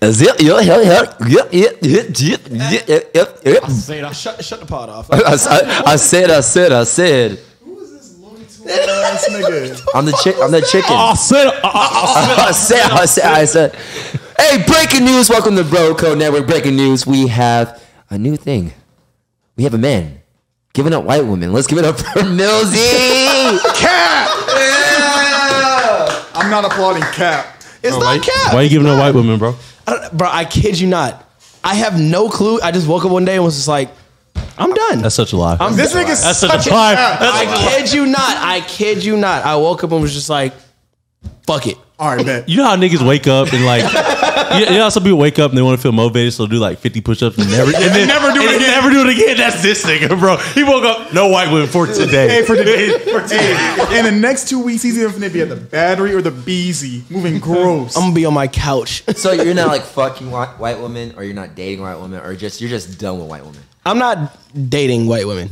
Yep, yep, yep, yep, yep, yep, yep, yep, yep, yep. I said, I shut, shut the pot off. I, I, I said, I said, I said. Who is this Looney Tune ass nigga? I'm the chick. I'm the chicken. I said, I, I, I said, I said, I said. Hey, breaking news! Welcome to Bro Code Network. Breaking news: We have a new thing. We have a man giving up white women. Let's give it up for Millsy. am not applauding Cap. It's Why, not Cap. why you giving up white women, bro? I don't- bro, I kid you not. I have no clue. I just woke up one day and was just like, I'm done. That's such a lie. I'm This done. nigga's That's such such a a lie. cap. That's- I kid you not. I kid you not. I woke up and was just like, fuck it. All right, bet. You know how niggas wake up and like, you you know how some people wake up and they want to feel motivated, so they'll do like 50 push ups and never, and then never do it and again. Never do it again. That's this nigga, bro. He woke up, no white women for today. Hey, for today. for today. In the next two weeks, he's either going to be at the battery or the BZ, moving gross. I'm gonna be on my couch. so you're not like fucking whi- white women, or you're not dating white women, or just you're just done with white women. I'm not dating white women.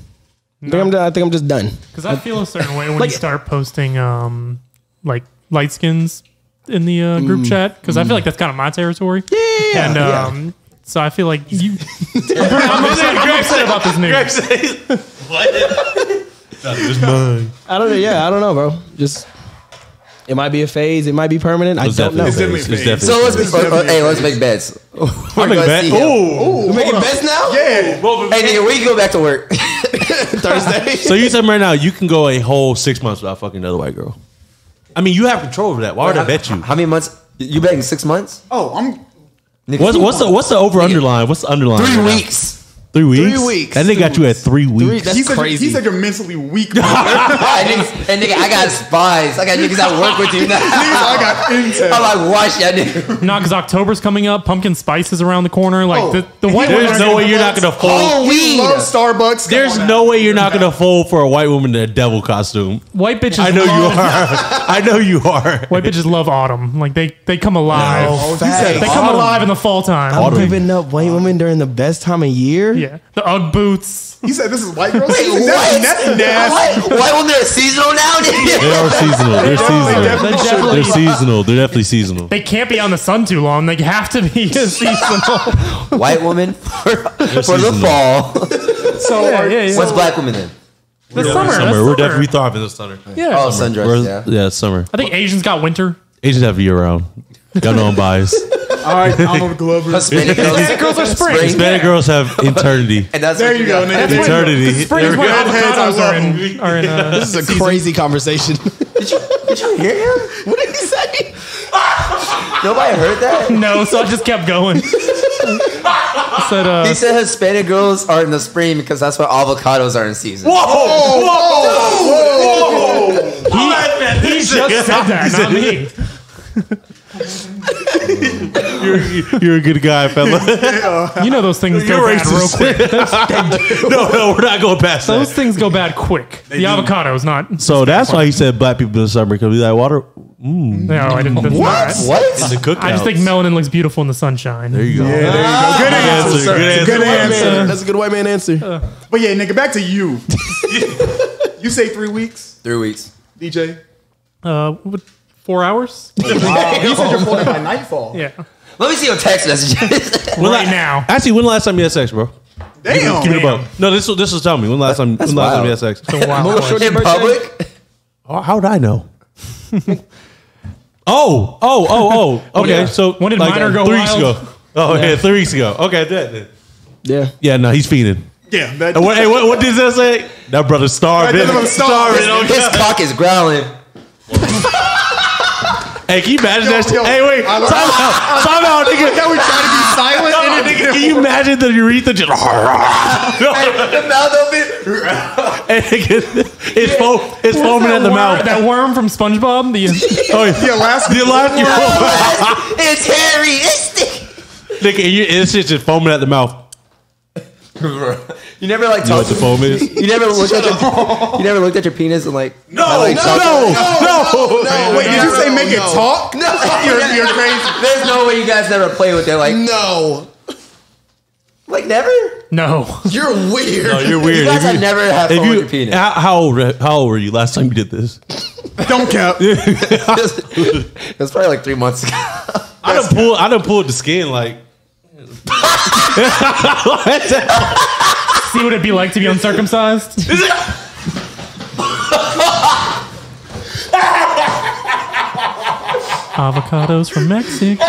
I, think I'm, done- I think I'm just done. Because I feel a certain way when Like- you start posting, um, like light skins in the uh, group chat. Because I feel like that's kind of my territory. Yeah. And um, so I feel like you. I'm, upset, I'm upset about this nigga. I don't know. Yeah, I don't know, bro. Just it might be a phase. It might be permanent. I It's don't know. definitely a It's phase. definitely a It's So definitely let's a phase. make, oh, oh, hey, let's make bets. We're I make gonna bet. see him. Ooh. We're making bets now. yeah. Hey, nigga, we can go back to work Thursday. So you tell me right now, you can go a whole six months without fucking another white girl. I mean, you have control over that. Why would I bet you? How many months? You betting six months? Oh, I'm. Nigga, What's what's the what's the over underline? What's the underline? three right now? weeks? Three weeks. weeks. That nigga got you at three weeks. That's he said, crazy. He said you're mentally weak. bro. Niggas, and, nigga, and nigga, I got spies. I got niggas that work with you now. I got intel. I'm like, watch that nigga. Not because October's coming up. Pumpkin spice is around the corner. Like Oh. the, the white There's women no are way gonna- you're not gonna fold. Oh, He weed. loves Starbucks. Come There's on no now. way you're not gonna fold for a white woman in a devil costume. White bitches. I know you are. love- I know you are. White bitches love autumn. Like they they come alive. Oh, he said They come autumn. alive in the fall time. I'm giving up white women during the best time of year. Yeah, the UGG boots. He said this is white girls. Wait, He said, what? That's, that's nasty. Why, why when they're seasonal now? They are seasonal. They're seasonal. definitely They're should They're seasonal. They're definitely seasonal. They can't be out in the sun too long. They have to be seasonal. White woman for, for the seasonal. fall. So, Yeah, are- yeah, yeah. What's black women then? The summer. that's Summer. We're definitely thriving this summer. Yeah. Oh, sundress. We're- Yeah. Yeah, summer. I think Asians got winter. Asians have year round. Got no bias. All right, Donald Glover. Hispanic girls. Girls are spring. Spring. Hispanic girls have eternity. And that's There what you go, got. nigga. Eternity. Spring is when Redheads, I love avocados are in. Are in uh, This is a crazy conversation. Did you hear him? what did he say? Nobody heard that. no, so I just kept going. Said, uh, He said Hispanic girls are in the spring because that's when avocados are in season. he, he just said that, not me. You're, you're a good guy, fella. You know those things go You're bad real racist. quick. no, no, we're not going past Those that. things go bad quick. The avocados, not. No, So that's why he said black people in the summer because we like water Mm. I didn't. That's Not right. in What? the cookouts. I just think melanin looks beautiful in the sunshine. There you go. Yeah, there you go. Good answer. Good answer. Good answer. That's a good white man answer. But yeah, nigga, back to you. you say three weeks, Three weeks. DJ. Uh, what, four hours? He said you're folding by nightfall. Yeah. Let me see your text messages. When right la- now. Actually, when the last time you had sex, bro? Damn. Give me the bump. No, this will this will tell me when the last time when That's the last time you had wild. sex. The wild ones. in public? Oh, How would I know? oh, oh, oh, oh. Okay, Yeah. so When did Minor go three weeks wild? ago? Oh, yeah. three weeks ago. Okay, that, that- Yeah. yeah, no, he's feeding. Yeah, that, And what, hey, what, what does that say? That brother starving. That brother starving. His cock is growling. Hey, can you imagine that? Yo, yo, shit? hey, wait, I time love- out, time out, nigga. that we try to be silent. No, and it, nigga, Can you imagine the urethra just? The mouth open. Hey, nigga, it's foam, it's foaming that at the worm, mouth. That worm from SpongeBob. The Oh, yeah. the Alaskan The Alaskan- It's hairy. It's thick. Nigga, you, it's just, just foaming at the mouth. You never like You know what talked the foam is? You never looked at your. You never looked at your penis and like. No, like no, talked- no, Wait, did you say make it talk? No. You're, you're crazy. There's no way you guys never play with it. Like, No, like never. no. you're weird. No, you're weird. You guys If you- have never had if fun you- with your penis. how, how old, how old were you last time you did this? Don't count. it was probably like three months ago. I done pulled. I done pulled the skin like. See what it'd be like to be uncircumcised. Avocados from Mexico.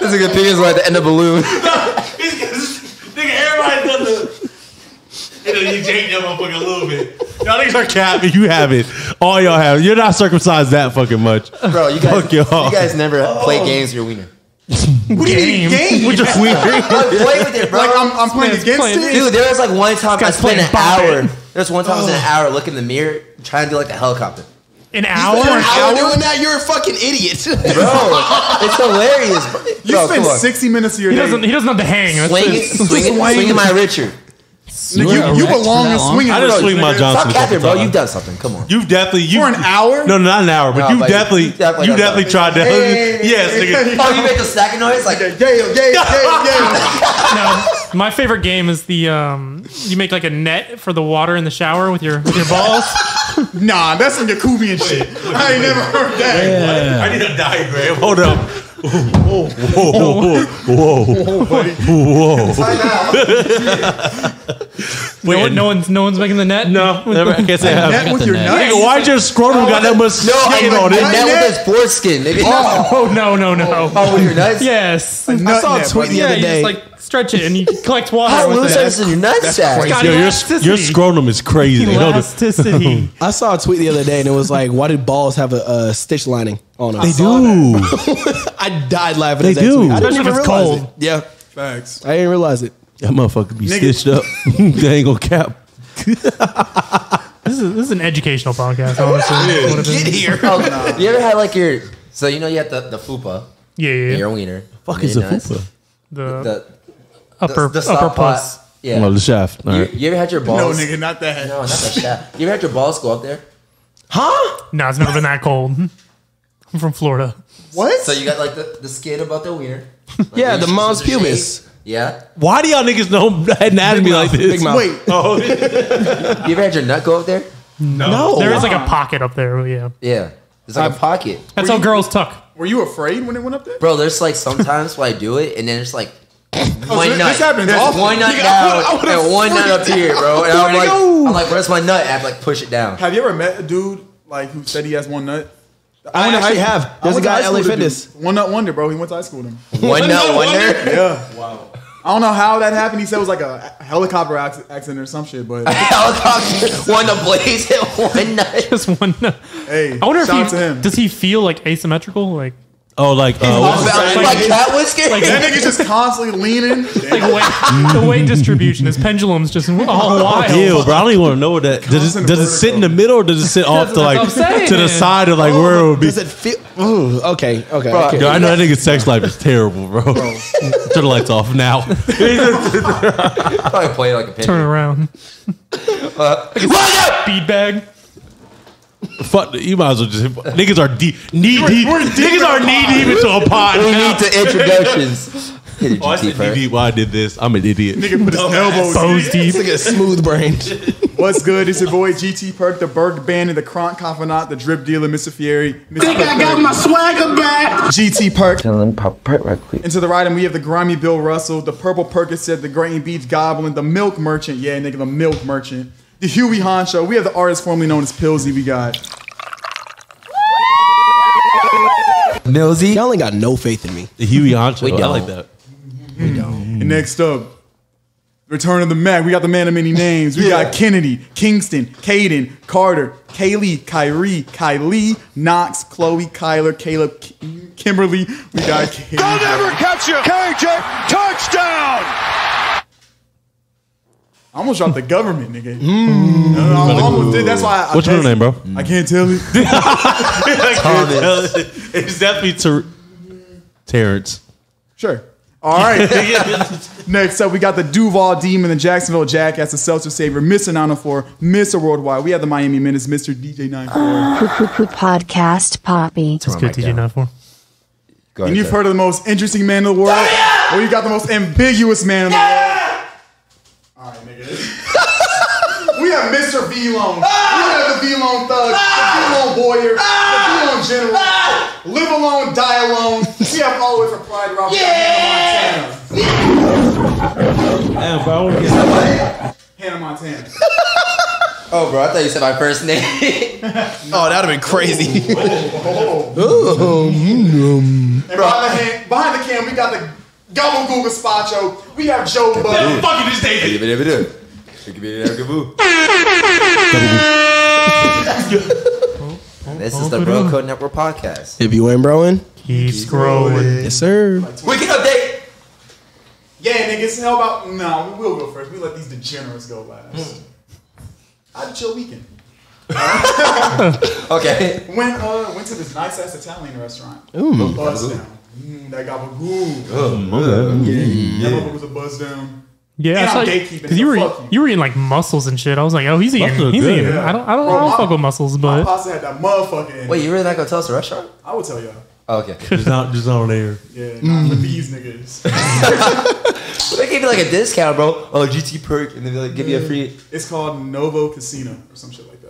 This is a good thing is like the end of balloon. Nigga, everybody does it. And then you jank that motherfucker a little bit. Y'all niggas are capping. You have it. All y'all have it. You're not circumcised that fucking much. Bro, you guys, Fuck y'all. you guys never play games with your wiener. What do you mean game? Which is weird. Like, play with it, bro. Like I'm, I'm playing against playing it. Dude, there was like one time I guy's spent an playing Bomberman. hour. There was one time I was in an hour looking in the mirror trying to do like the helicopter. An An hour. hour? doing that? You're a fucking idiot. Bro, it's hilarious. Bro. You bro, spend come on. 60 minutes of your He day. doesn't. He doesn't have the hang. That's Swinging, it. swinging, Swing. swinging my Richard. Nigga, you, you belong in swinging. I just with swing nigga. my Johnson. Stop capping, bro. You've done. done something. Come on. You've definitely you For an hour? No, not an hour, but No, you but definitely you definitely you got definitely tried to. Hey, yes, nigga. Oh, you make the snacking noise? Like, Yeah, yeah, yeah, yeah, No, my favorite game is the um. You make like a net for the water in the shower with your with your balls. yeah. Nah, that's some Yakubian shit. I ain't never heard that. I need a diagram. Hold up. Whoa, whoa, whoa, whoa, no, one, no one's no one's making the net. No, never, I can't say I have. That with your nuts. Nigga, why'd your scrotum got that much no, I skin on on it? I- That with his foreskin, nigga. Oh, Oh no no no. with your nuts? Yes. Nut saw a net, tweet buddy. the yeah, other you day. just like stretch it and you collect water How with loose it. is in your nutsack? Got Yo, your, elasticity. your scrotum is crazy. They know the- Elasticity. I saw a tweet the other day and it was like, why did balls have a, uh stitch lining on them? They do. I died laughing. They at that do. Tweet. I didn't Especially if even it's realize cold. it. Yeah, Facts. I didn't realize it. That motherfucker be Nigga. stitched up. they ain't gonna cap. this is this is an educational podcast. Honestly, It would've been- Get here. Oh, You ever had like your, so you know you have the, the fupa, yeah yeah. yeah. your wiener. Fuck in is a your nuts. fupa? The, The, the, upper the soft upper pot. plus. Yeah. Oh, the shaft. All You, right. you ever had your No, balls? nigga, not that. No, not the shaft. You ever had your balls go up there? No, it's never been that cold. I'm from Florida. What? So you got like the, the skin about the wiener. Yeah, Like, the you- mom's the shape. pubis. Yeah. Why do y'all niggas know anatomy like this? Big mouth. Wait, uh, You ever had your nut go up there? Oh, No. There is like a pocket up there. but Yeah, Yeah. It's like a pocket. that's how girls tuck. were you afraid when it went up there? Bro, there's like sometimes where I do it and then it's like Oh, so one this nut. happens There's often. one nut Nigga, I down would- I would've and one nut up here, bro. And I'm like, go? I'm like, where's my nut? I have to like push it down. Have you ever met a dude like who said he has one nut? I went to actually high- have. I There's a went to guy at high LA school with a Fitness. dude. One nut wonder, bro. He went to high school with him. One nut wonder. Yeah. Wow. I don't know how that happened. He said it was like a helicopter acc- accident or some shit, but Helicopter. One to blaze it. One nut. Just one. I hey, wonder if shout out he to him. does he feel like asymmetrical? Like Oh, like uh, awesome. what's- Like, like cat whisker. Like- that nigga's just constantly leaning. like weight, the weight distribution. His pendulum's just all wild. ew, bro. I don't even want to know what that does. It, Constant does it sit in the vertigo. middle or does it sit off to That's like what I'm to the saying. side of like Oh. where it would be? Does it feel? Ooh, okay, okay. Bro, okay. Yo, I know that nigga's sex life is terrible, bro. Turn the lights off now. probably play like a Turn pin. around. One Bead bag. Fuck, you might as well just. Niggas are deep, knee deep. we're deep in Niggas a are knee deep into a pod. We now. need to introductions. Hit it, Oh, I said GT knee first. deep while I did this. I'm an idiot. Nigga put his elbows. Bows deep. It's like a smooth brain. What's good? It's your boy GT Perk, the Berg Band, and the Kronk Confidant, the Drip Dealer, Mr. Fieri. Mr. think I got my swagger back. GT Perk. Tell them pop right, right quick. And to the right, and we have the grimy Bill Russell, the purple Percocet, the Green Beach Goblin, the Milk Merchant. Yeah, nigga, the Milk Merchant. The Huey Han Show. We have the artist formerly known as Pillsy. We got Millsy. Y'all ain't got no faith in me. The Huey Honcho. We I don't. like that. And next up, Return of the Mac. We got the man of many names. We got Kennedy, Kingston, Caden, Carter, Kaylee, Kyrie, Kylie, Knox, Chloe, Kyler, Caleb, Ki- Kimberly. We got Katie. catch you. KJ, touchdown. I almost dropped the government, nigga. No, I almost did. That's why I. Mm. What's I your middle name, bro? I can't tell it. it's definitely ter- Terrence. Sure. All right. Next up, we got the Duval Demon, the Jacksonville Jackass, the Seltzer Savior, Mr. 904, Mr. Worldwide. We have the Miami Menace, Mr. DJ 94. podcast poppy. That's good DJ not for. And you've heard of the most interesting man in the world? Well, you got the most ambiguous man in the world. All right, nigga. we have Mr. V Lone. We have the V Lone Thug, the V Lone Boyer, the V Lone General. Live alone, die alone. We have always applied Robert yeah! Damn, bro. I wanna get- Hannah Montana. Hannah Montana. Oh, bro, I thought you said my first name. Oh, that would have been crazy. And Oh. behind the, hand, behind the cam, we got the Gobble Google Spacho. We have Joe Damn, Budden. Fuck it, this David. this is the Bro Code Network podcast. if you ain't broing, Keep scrolling. yes sir. We can update. Yeah, niggas, how about. No, we will go first. We let these degenerates go last. How did your weekend? Okay. Went, uh, went to this nice ass Italian restaurant. Ooh. Buzz down. Mm, that Gabagool. That motherfucker was a buzz down. Yeah, And I I'm saw you- gatekeeping, you so were fuck you. you were eating like mussels and shit. I was like, oh, he's eating. Mussels are He's good, eating. yeah. I don't. I don't. Bro, I don't my- fuck with mussels, My but pasta had that motherfucker in it. Wait, you're really not gonna tell us the restaurant? I would tell y'all. Oh, okay. Just not, just not on air. Yeah, not for these niggas. they give you like a discount, bro. Oh, GT perk, and then they like give you a free It's called Novo Casino or some shit like that.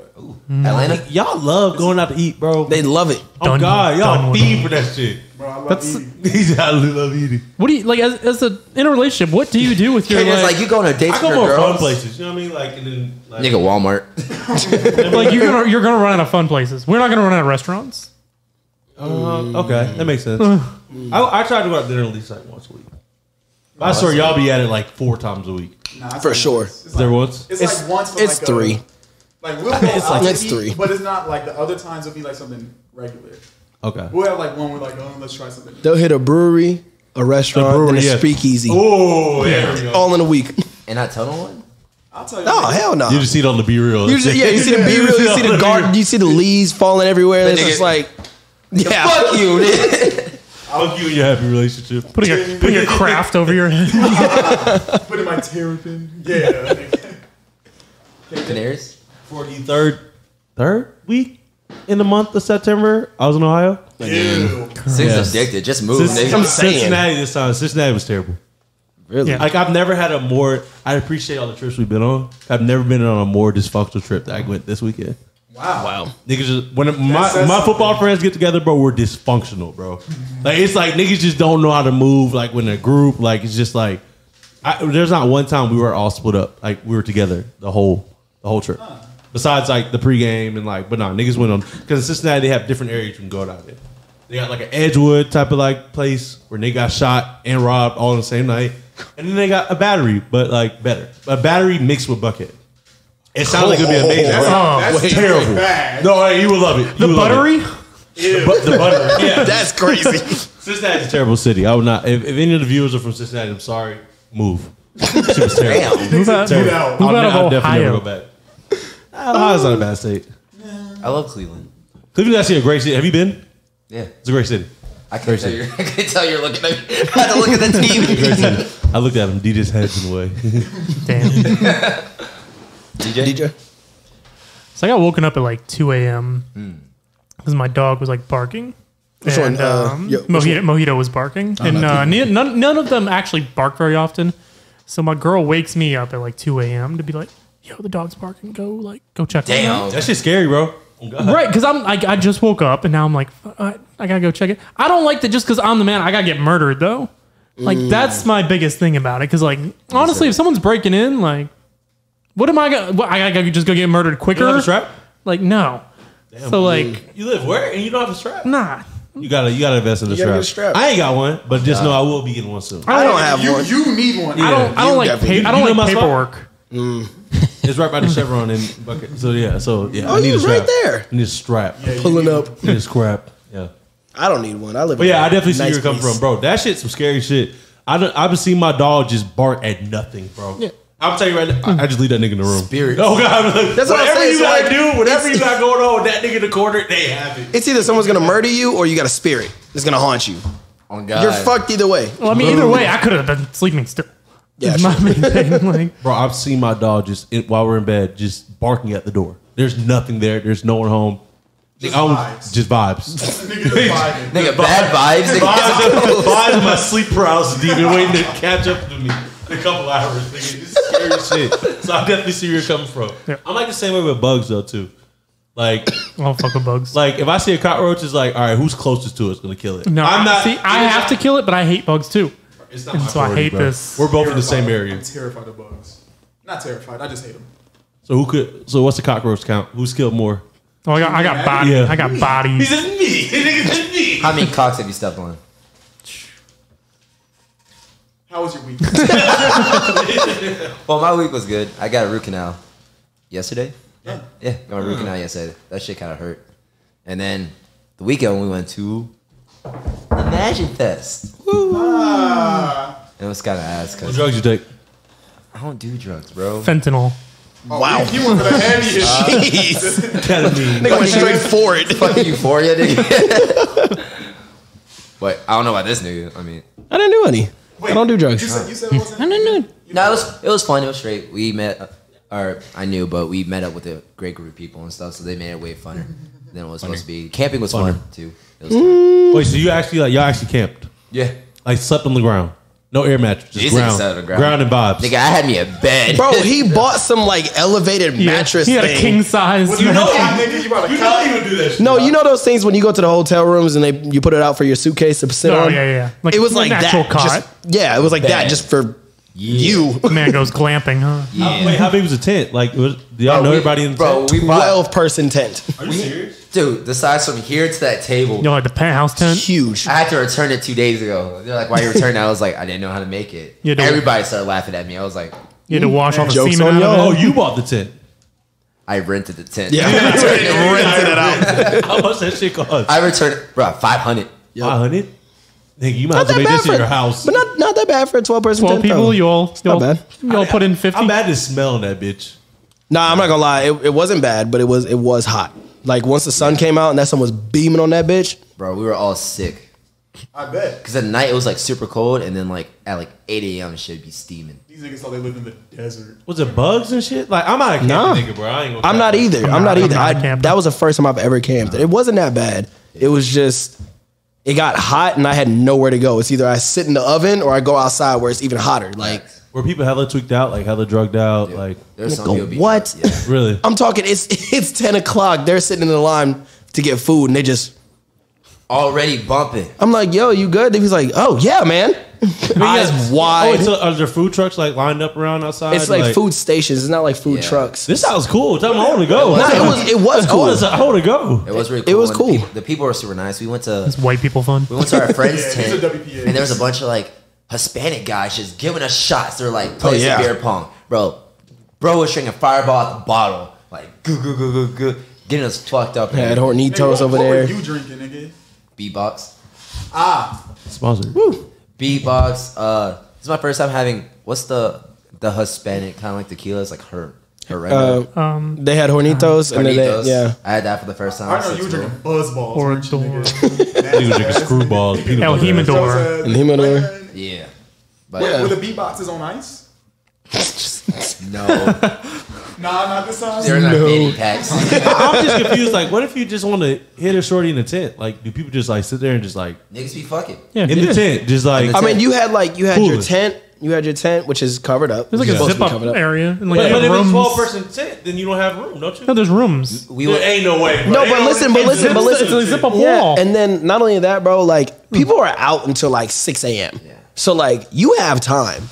Atlanta. Y'all love going out to eat, bro. Mm. They love it. oh Done- God, done y'all with feed for that shit. Bro, I love That's- eating. I love eating. what do you like as, as a in a relationship? What do you do with your It's like like? you go on a date I with go your more fun girls. places. You know what I mean? Like and then like Nigga, Walmart. like you're gonna you're gonna run out of fun places. We're not gonna run out of restaurants. Uh, okay, that makes sense. I, Mm. I try to go out to dinner at least like once a week. I swear y'all be at it like four times a week. Nah, it's For like- sure. It's There like, was It's, It's- like once for it's like three. A, like we'll go It's out like- to it's eat, three. But it's not like the other times will be like something regular. okay. We'll have like one we're like, oh, let's try something. They'll hit a brewery, a restaurant, A brewery, and a yeah. speakeasy. Oh yeah. You All in a week. And I tell no one? I'll tell you. Oh hell no. just see it on the B reel. You just- yeah, you see the B real, you see the garden, you see the leaves falling everywhere. It's just like, yeah, Fuck you, nigga. Fuck you and your happy relationship. Putting a putting a craft over your head. Put in my terrapin. Yeah. Canaries. Forty third, third week in the month of September. I was in Ohio. Oh, Ew. Six Yes. addicted. Just move, nigga. I'm saying. Cincinnati this time. Cincinnati was terrible. Really? Yeah. Like I've never had a more. I appreciate all the trips we've been on. I've never been on a more dysfunctional trip that I went this weekend. Wow. Wow. Niggas just when my, says my football friends get together, bro, we're dysfunctional, bro. Like it's like niggas just don't know how to move. Like when a group, like it's just like I, there's not one time we were all split up. Like we were together the whole the whole trip. Besides like the pregame and like, but nah, niggas went on because in Cincinnati they have different areas you can go down there. They got like an Edgewood type of like place where they got shot and robbed all in the same night, and then they got a battery, but like better a battery mixed with bucket. It sounds like it'd be amazing. That's Wait, terrible. terrible. Bad. No, hey, you will love it. The buttery. the, bu- the buttery. Yeah, That's crazy. Cincinnati's a terrible city. I would not. If, if any of the viewers are from Cincinnati, I'm sorry. Move. She was terrible. Damn. Move out, move Terrible. out I'll, ne- I'll of definitely never Ohio. go back. Ohio's not a bad state. I love Cleveland. Cleveland's actually a great city. Have you been? Yeah. It's a great city. I can tell you're, I can tell you're looking at me. I had to look at the Great TV. city. I looked at him. DJ's head's in the way. Damn. DJ? DJ. So I got woken up at like 2 a.m. because my dog was like barking. Which one? and Uh, um, yeah, which Mojito, Mojito was barking, and uh, ne- none, none of them actually bark very often. So my girl wakes me up at like 2 a.m. to be like, "Yo, the dog's barking. Go like, go check." on it." Damn. That shit's scary, bro. Oh, God. Right, because I'm I, I just woke up and now I'm like "Fuck, I, I gotta go check it. I don't like that just because I'm the man. I gotta get murdered though. Like Mm. that's my biggest thing about it. Because like honestly, if someone's breaking in, like, what am I gonna? What, I gotta go- just go get murdered You don't quicker. have a strap? Like no. so like You live where and you don't have a strap? nah. You gotta you gotta invest in the gotta get a strap. strap. I ain't got one, but just know I will be getting one soon. I I don't. don't have You, one. you need one. I don't. I You don't like. definitely- Pa- you I don't know my like spot? paperwork. It's right by the Chevron and bucket. So yeah, so yeah. Oh, I need you a was right strap. there. I need a strap. Pulling up. It is crap. Yeah. I don't need one. I live. But in yeah, a I definitely see nice where you're coming place. from, bro. That shit's some scary shit. I don't, I've seen my dog just bark at nothing, bro. Yeah. I'll tell you right now, I, I just leave that nigga in the room. Spirits. Oh god, look, That's what I'm whatever saying, you so, gotta like, do, whatever it's- you got going on with that nigga in the corner, they have it. It's either someone's gonna murder you or you got a spirit that's gonna haunt you. On Oh, God. You're fucked either way. Well, I mean, either way, I could have been sleeping still. Yeah, It's my sure. main thing. Like, Bro, I've seen my dog just in, while we're in bed, just barking at the door. There's nothing there. There's no one home. Just vibes. Just vibes. Nigga, just vibing. Nigga, bad vibes. Nigga. vibes, vibes of my sleep paralysis demon waiting to catch up to me in a couple hours. Nigga, this is scary shit. So I definitely see where you're coming from. Yeah. I'm like the same way with bugs though too. Like, I don't oh, fuck with bugs. like if I see a cockroach, it's like, all right, who's closest to it's gonna kill it. no, I'm not. See, I have to kill it, but I hate bugs too. It's not and so I hate this. We're both in the same area. I'm terrified of bugs. Not terrified. I just hate them. So who could? So what's the cockroach count? Who's killed more? Oh, I got, I got body. Yeah. I got bodies. just me. just me. How many cocks have you stepped on? How was your week? Well, my week was good. I got a root canal yesterday. Yeah, Hmm. yeah, got my root canal yesterday. That shit kind of hurt. And then the weekend we went to Imagine Fest. Woo! And it was kind of ass because Drugs you take? I don't do drugs, bro. Fentanyl. Wow. Oh, you went for the heaviest shit. Jeez. Ketamine. Nigga went straight for it. fucking euphoria, nigga. but I don't know about this nigga. I mean, I didn't do any. I don't do You drugs. said, you said it wasn't. no, it was it was fun. It was straight. We met, uh, or I knew, but we met up with a great group of people and stuff, so they made it way funner than it was supposed to be. Camping was fun too. It was fun. Wait, so you actually like y'all actually camped? Yeah, Like slept on the ground, no air mattress, just These niggas ground, slept on the ground. and vibes. nigga, I had me a bed, Bro, he bought some like elevated Yeah. mattress He had a thing. king size. you know, Ah, nigga, you about to you know you would do that. Shit. No, you know those things when you go to the hotel rooms and they you put it out for your suitcase to sit Oh on. yeah, yeah. It was like that. natural cot. Just, yeah, it was like that Bad. just for you. Man goes glamping, huh? Yeah. Wait, how big was the tent? Like, was, do y'all know we- everybody in the bro, tent? we bought, Twelve person tent, Are you serious? dude, the size from here to that table. You know, like the penthouse tent. huge. I had to return it two days ago. They're like, "Why you returning?" I was like, "I didn't know how to make it." You don't- Everybody started laughing at me. I was like, You had to wash all the Joke's semen on out Oh, of it. you bought the tent. "I rented the tent." Yeah, rented it out. How much that shit cost? Five I returned, bro, five hundred. hundred. Nigga, you might Not have to that make bad this for in your house. but not not that bad for a twelve person. Twelve tent, people. though. You all, you not all, bad. you all put in fifty. I'm bad at smelling that bitch. Nah, I'm not gonna lie. It, it wasn't bad, but it was it was hot. Like once the sun came out and that sun was beaming on that bitch. Bro, we were all sick I bet. because at night it was like super cold, and then like at like eight a.m. should be steaming. These niggas thought they lived in the desert. Was it bugs and shit? Like, I'm not a camping Nah. nigga, bro. I ain't gonna I'm not cap. either. I'm, not- not, I'm either. not a I, camper. that was the first time I've ever camped. It wasn't that bad. It was just it got hot and I had nowhere to go. It's either I sit in the oven or I go outside where it's even hotter. Like Were people hella tweaked out? Like, hella drugged out? Like, There's some Go, people be- what? Yeah. really? I'm talking. It's it's ten o'clock. They're sitting in the line to get food, and they just. already bumping. I'm like, yo, you good? And he's like, oh yeah, man. Eyes Oh, wide. wait, so are there food trucks like lined up around outside? it's like, food stations. It's not like food Yeah. trucks. This sounds cool. Tell me I want to go. Nah, it was it was I cool. wanna- I want to go. It was really. It was and cool. The people, the people were super nice. We went to It's white people fun. we went to our friend's Yeah, these tent, are WPAs. and there was a bunch of like Hispanic guys just giving us shots. They're like playing some Oh, yeah. beer pong, bro. Bro was drinking Fireball at the bottle, like goo goo goo goo goo, getting us fucked up. Had and hornitos Nigga, over what there. Were you drinking, nigga? beatbox, Sponsored. beatbox. Uh, this is my first time having what's the the Hispanic kind of like tequila? It's like her, her Uh, Um, they had hornitos, and then they, yeah. I had that for the first time. I know so you were it's cool. drinking buzzballs. Or weren't you, door. nigga? Nigga was drinking screwballs. peanut El butter. Jimador. And him and her. Yeah, but Were the beatboxes on ice? no, Nah, not this time. they're not baby packs. I'm just confused. Like, what if you just want to hit a shorty in the tent? Like, do people just like sit there and just like Niggas be fucking. yeah, in yeah. the tent, just like? In I the mean, you had like you had your Cool. tent. You had your tent, which is covered up. There's like It's a supposed to zip be up covered up. area and like but, but if it's rooms. twelve person tent, then you don't have room, don't you? No, there's rooms. We there were, ain't no way. bro. No, Ain't but no listen, way but kids listen, in but the listen. tent. It's a zip up Yeah, wall. Hmm. and then not only that, bro. Like people are out until like six a.m. So like you have time.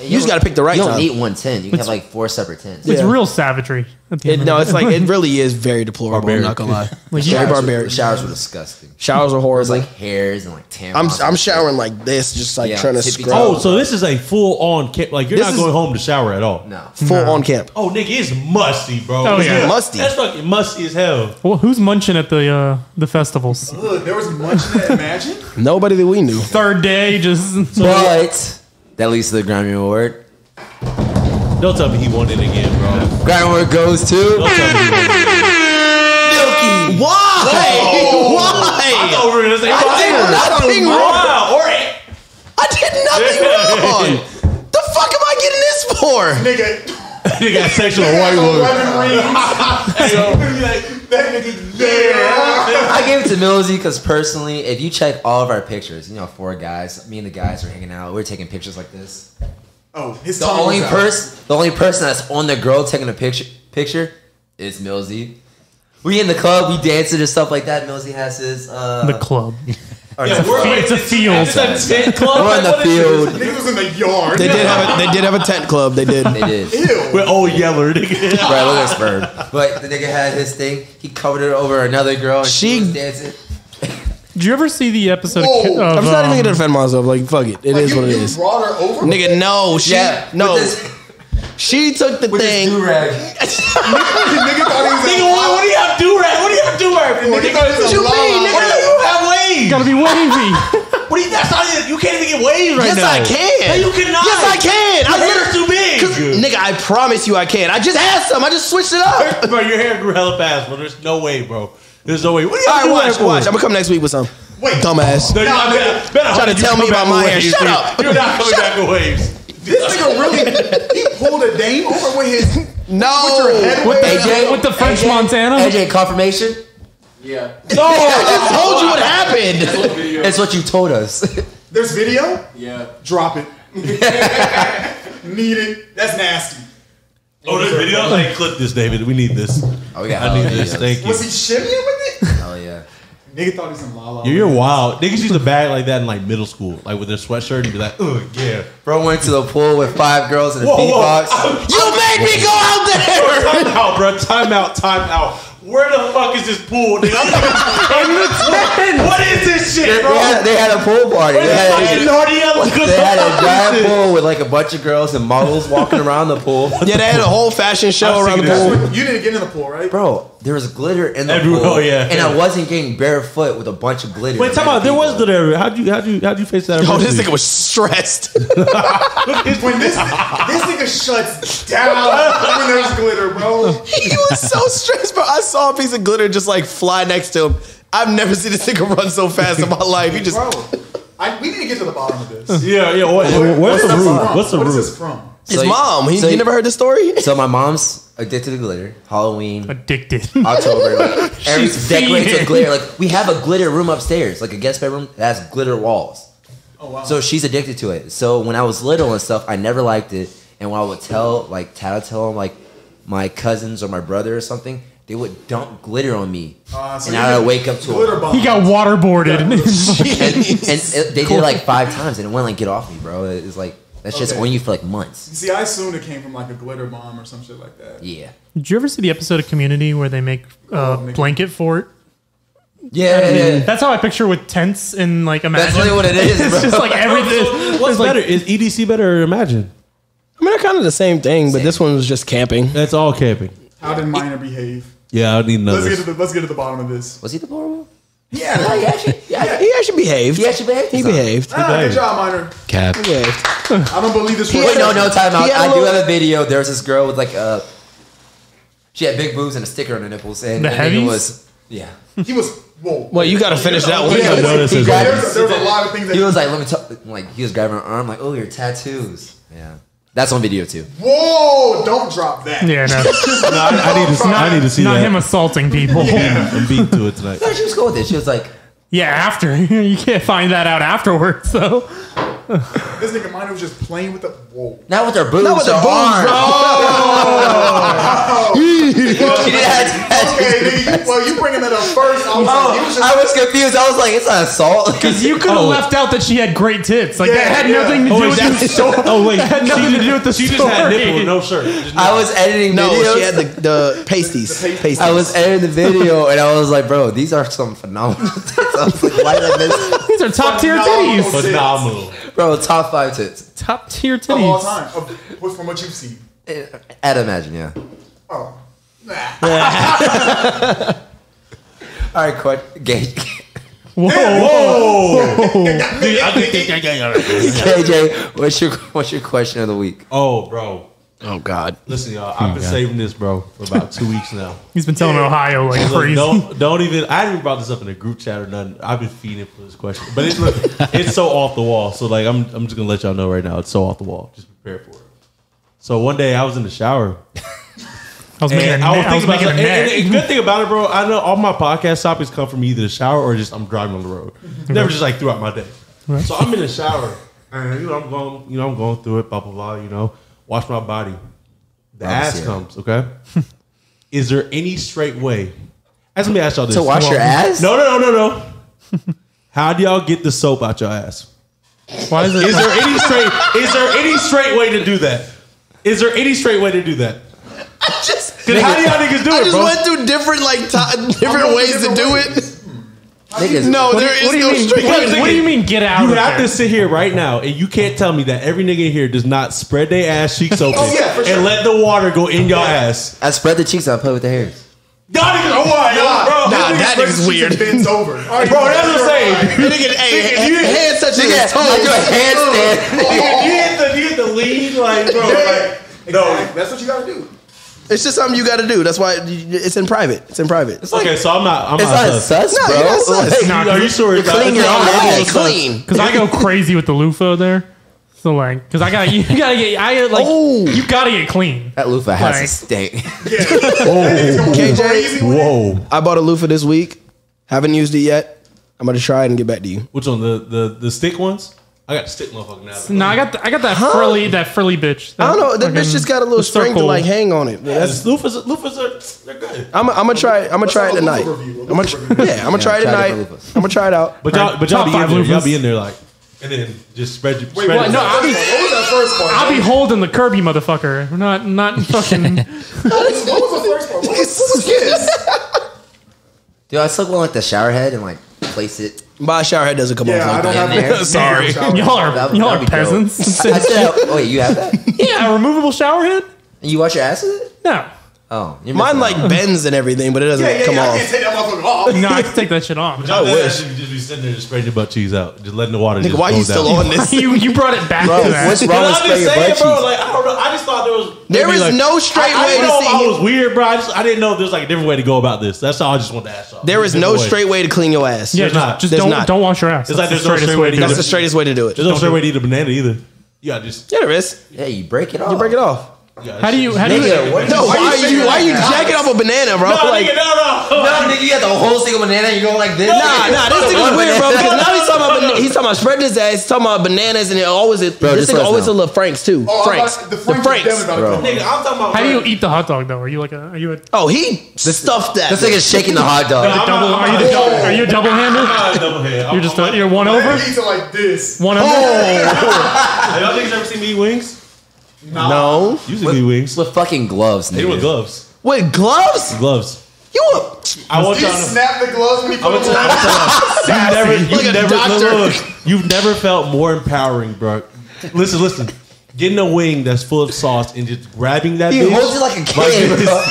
You just got to pick the right You don't time. need one tent. You can have like four separate tents. it's yeah. real savagery. at the It- end of no, the it's day. like it really is very deplorable. I'm not gonna lie. very Like, yeah. The barbaric. showers were disgusting. Showers are There's horrible. like hairs and like tampons. I'm and I'm shit. showering like this, just like Yeah, trying to tippy-toe. scrub Oh, so this is a full on camp. Like you're This not is- going home to shower at all. No. full on camp. Oh, nigga, it's musty, bro. Oh, yeah. Musty. That's fucking musty as hell. Well, who's munching at the uh, the festivals? Look, there was much in that. Imagine. Nobody that we knew. Third day, just But that leads to the Grammy Award. Don't tell me he won it again, bro. Grammy Award goes to Don't tell me. He won it. Milky. What? Why? I'm over this. nothing wrong. Wow, or it. I did nothing wrong. The fuck am I getting this for? Nigga, Nigga got sexual with a white woman. 11 rings. Like, that nigga, yeah. I gave it to Millsy because personally, if you check all of our pictures, you know, four guys, me and the guys are hanging out. We're taking pictures like this. Oh, his The tongue only was out. person, the only person that's on the girl taking a picture, picture, is Millsy. We in the club, we dancing and stuff like that. Millsy has his. Uh, The club. or Yeah, it's a- we're- It's a field. It's a tent club. we're in the What is it? field. Niggas was in the yard. They did have a, they did have a tent club. They did. It is. We're old yeller, nigga. Right, look at this bird. But the nigga had his thing. He covered it over another girl. And she, She- was dancing. Did you ever see the episode? Whoa, of, of, I'm not even um, gonna defend myself. Like fuck it. It is you, what it you is. brought her over. Nigga, no, she Yeah, no, With this, she took the with this thing. do-rag. nigga thought he was. Nigga, what, what do you have do rag? What do you have do rag for? Nigga thought he was a Nigga, lala. What do you have waves? Gotta be wavy. What do you? That's not. even- You can't even get waves right yes, now. I can. No, you cannot. Yes, I can. Your I hair's too big. Nigga, I promise you, I can. I just had some. I just switched it up. bro, your hair grew hella fast, bro. There's no way, bro. There's no way. What do you All have right, do rag watch, for? watch. I'm gonna come next week with some. Wait, dumbass. No, you- I bet- I bet I Try to hope you tell come me back about with my hair. waves, Shut nigga. up. You're not coming back with waves. This nigga really he pulled a dame over with his. No. With AJ With the French AJ, Montana? AJ confirmation. No, I just told you what happened. It's what you told us. There's video. Yeah. Drop it. Need it. That's nasty. Oh, this video. I was like, clip this, David. We need this. Oh yeah, I need this. Thank Was he you. shimmying with it? Oh yeah. Nigga thought he was in La La. You're, you're wild. Niggas used to bag like that in like middle school, like with their sweatshirt and be like, "Ugh, yeah." Bro went to the pool with five girls in a Whoa, whoa. beatbox. You made me go out there. Time out, bro. Time out. Time out. Where the fuck is this pool, nigga? I'm not- what is this They shit, bro? had, they had a pool party. They Where the had, fucking Narnia? Look at they had the a giant fucking shit. pool with like a bunch of girls and models walking around the pool. Yeah, they had a whole fashion show I'm around the sick of pool. this. You didn't get in the pool, right? Bro, there was glitter in the Everywhere, pool. oh, yeah. And I wasn't getting barefoot with a bunch of glitter. Wait, time out. There was glitter. How'd you how'd you how'd you face that? Oh, this nigga was stressed. When this this nigga shuts down when there's glitter, bro. he was so stressed, bro. I saw a piece of glitter just like fly next to him. I've never seen this nigga run so fast in my life. He just Bro, I, we need to get to the bottom of this. Yeah, yeah. What, where's the this roof? from? What's the What is roof? this from? his mom. He, so, you never heard the story? So my mom's addicted to glitter. Halloween, Addicted. October, like, every She's decorates fiending. with glitter. Like we have a glitter room upstairs, like a guest bedroom that has glitter walls. Oh wow. So she's addicted to it. So when I was little and stuff, I never liked it. And when I would tell, like, tattletale, like my cousins or my brother or something, they would dump glitter on me, Uh, so and you I get would wake up to glitter it. bomb. He got waterboarded. And, and it- they did it like five times, and it wouldn't like get off me, bro. It's like that's just Okay. on you for like months. See, I assumed it came from like a glitter bomb or some shit like that. Yeah. Did you ever see the episode of Community where they make a Nick. blanket fort? Yeah. That's how I picture with tents and like imagine. That's really what it is, it's bro. just like everything. What's It's like- better? Is EDC better or Imagine? I mean, they're kind of the same thing, but this one was just camping. That's all camping. How did minor behave? Yeah, I need Let's another. get to the let's get to the bottom of this. Was he deplorable? Yeah, He actually, yeah, He actually behaved. he actually behaved. He behaved. Ah, Hey. good job, minor. Cap. He behaved. I don't believe this. Wait, no, no, time out. He had a I do little- have a video. There was this girl with like a. She had big boobs and a sticker on her nipples, and The and heavies? it was yeah. He was whoa. Well, you got to finish that one. Yeah. there's, notice this. there's, there's a lot of things that He was like, "Let me talk." Like he was grabbing her arm, like, "Oh, your tattoos." Yeah, that's on video too. Whoa! Don't drop that. yeah, no, No, I, I need to. I need to see not that. him assaulting people. Yeah, I'm beat to it tonight. No, she was cool with it. She was like, after you can't find that out afterwards. So This nigga minor was just playing with the whoa. "Not with her boobs, Not with the her boobs, arm." She didn't have Okay, tattoos. nigga, you, well, you bringing that up first. I was like, he was Oh, just I was confused. I was like, "It's an assault." because you could Oh. have left out that she had great tits. Like Yeah, that had yeah. nothing to do with the story. Oh wait, had nothing to do with the she just had story. nipple, no shirt. Just I was editing No, videos. she had the, the pasties. pasties. I was editing the video, and I was like, "Bro, these are some phenomenal." tits." I was like, "Why did I miss?" These are top tier No. titties. phenomenal. Bro, top five tits Top tier of all titties. time. Of, what- from what you've seen. at Imagine. Yeah. Oh, nah. All right, quite gay. Oh! Dude, I think- KJ, what's your what's your question of the week? oh, bro. oh God. Listen, y'all. I've been saving this, bro, for about two weeks now. He's been telling Ohio like Look, crazy. don't don't even. I haven't even brought this up in a group chat or nothing. I've been feeding for this question, but it's look, it's so off the wall. So like, I'm I'm just gonna let y'all know right now. It's so off the wall. Just prepare for it. So one day I was in the shower. I was And making a I was net. I thinking was about making a something- and- net. and the good thing about it, bro, I know all my podcast topics come from either the shower or just I'm driving on the road. Never just like throughout my day. So I'm in the shower, and you know I'm going, you know I'm going through it, blah blah blah. You know, wash my body. The Obviously, ass yeah. comes, okay. Is there any straight way Ask me, ask y'all this. To wash your ass? No, no, no, no, no. How do y'all get the soap out your ass? Why is it? Is there any straight? Is there any straight way to do that? Is there any straight way to do that? Just, Then how do y'all niggas do I it, just bro? went through different like to- different ways to do it. Niggas- No, there is what do you no mean? straight. What, what do you mean? Get out! You of have there? to sit here right now, and you can't tell me that every nigga here does not spread their ass cheeks open Oh, yeah, for sure. and let the water go in your ass. I spread the cheeks. I play with the hairs. Y'all niggas are wild, Nah, bro. nah, Y'all niggas that crazy. is weird. Bends over. All right, Bro, that's what I'm saying. Nigga, hey, Nigga, you- hand touching Yeah, his I do a toes. handstand. You get the, you get the lead, like, bro. Like, no. That's what you gotta do. It's just something you got to do. That's why you- it's in private. It's in private. Okay, so I'm not. I'm It's not. not sus. sus, No, bro. Oh, you're not sus. Like, Nah, Are you sure? it's not- clean your own Everything ass. clean. Because I go crazy with the loofah there. So like, because I got you gotta get I like you gotta get clean. That loofah has a Like- stink. KJ, Whoa. I bought a loofah this week. Haven't used it yet. I'm gonna try it and get back to you. Which one? The the the stick ones? I got stick motherfucking now. No, I got th- I got that frilly that frilly bitch. I don't know. That fucking- bitch just got a the little string to circle. like hang on it. That's That's loofahs. Loofahs are they're good. I'm I'm gonna try. I'm gonna try it have a tonight. loofah review, a I'm gonna tr- yeah. I'm gonna try it try tonight. different I'm loofahs. gonna try it out. But y'all, but y'all Top be five in there. Y'all loofahs. be in there like, and then just spread your. spread Well, your no, I'll be What was that first part? I'll be holding the Kirby motherfucker. We're not not fucking. What was the first part? What was- Dude, I suck one like the shower head and like place it. My shower head doesn't come Yeah, I off don't like in have that. there. that. Sorry. y'all are That- y'all that'd be are dope. peasants. I said, oh, wait, you have that? And yeah, a removable shower head. you wash your ass with it? No, Oh, you're Mine missing like bends and everything, but it doesn't Yeah, yeah, come yeah. I can't off. take that motherfucker off. no, I can take that shit off. Y'all wish you just be sitting there just spreading your butt cheese out, just letting the water. Nigga, just why flow you still down. on this? you you brought it back out. to Bro, that. what's wrong But with I'm just spraying butt saying, cheeks? bro. Like I don't know. I just thought there was. There maybe, is like- no straight I, I way didn't know to if I was see. weird, bro. I, just, I didn't know if there's like a different way to go about this. That's all. I just want to ask y'all. There is There's a no way. straight way to clean your ass. yeah, There's just, not. just There's don't not. don't wash your ass. It's like That's there's no the straight straightest way to do do That's the it. straightest way to do it. There's no straight way to eat a banana either. Yeah, just. Yeah, there is. Yeah, you break it off. You break it off. How do you how do Nigga, you? what No, why, you are you why are you jacking off a banana, bro? No, like, nigga, no, no. No, nigga, you got the whole single banana and you go like this. nah, nah, this nigga's weird, bro. Because now he's talking about bana- he's talking about spreading his ass, he's talking about bananas, and it always Bro, this just let nigga us always know. a little Franks too. Oh, I'm Franks, about- the Franks is Franks. definitely about to Bro. come. Nigga, I'm talking about. How do you eat the hot dog though? Are you like a are you a Oh, he stuffed that. This nigga's shaking the hot dog. I'm double? not- I'm Are you not- the double? Are you a double hander? Ah, double head. I'm- You're just I'm a, like- you're one over. Pizza like this. One under. Oh! Have y'all niggas ever seen me eat wings? No, You seen me eat wings? With fucking gloves, They were nigga. gloves. with gloves. Gloves. You a I want Did you y'all to. snap the gloves when you I'm put gonna tell- them I'm on? gonna tell you, you've Like a never, you've never, doctor. look, look, you've never felt more empowering, bro. Listen, listen. Getting a wing that's full of sauce and just grabbing that He bitch. holds it like a kid, this. bro. he,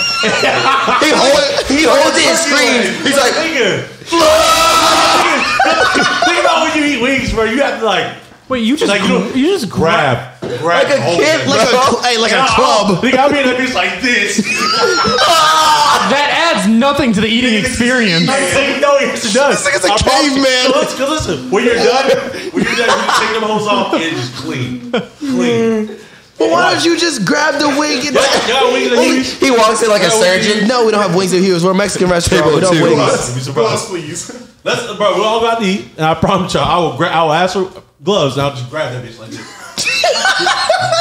hold, he holds it and screams. He's like, Nigga. Nigga, Think about when you eat wings, bro. You have to like Wait, you just Like, you- you just grab. grab, grab like a kid, like a cl- hey like a club. Nigga, I'll be in that bitch like this. That adds nothing to the eating experience. Like, no, yes, it does. This nigga's a I promise- caveman. So listen, so listen, when you're done, when you're done, you take them hoes off and just clean, clean. But why don't you just grab the wig? And Y'all got wings and wings. he walks in like a surgeon. no, we don't have wings in here. We're a Mexican restaurant. We don't have Table two. wings. You'd be Gloves, surprised. please. Let's, bro, we're all about to eat, and I promise y'all, I will, gra- I will ask for gloves, and I'll just grab that bitch like this. I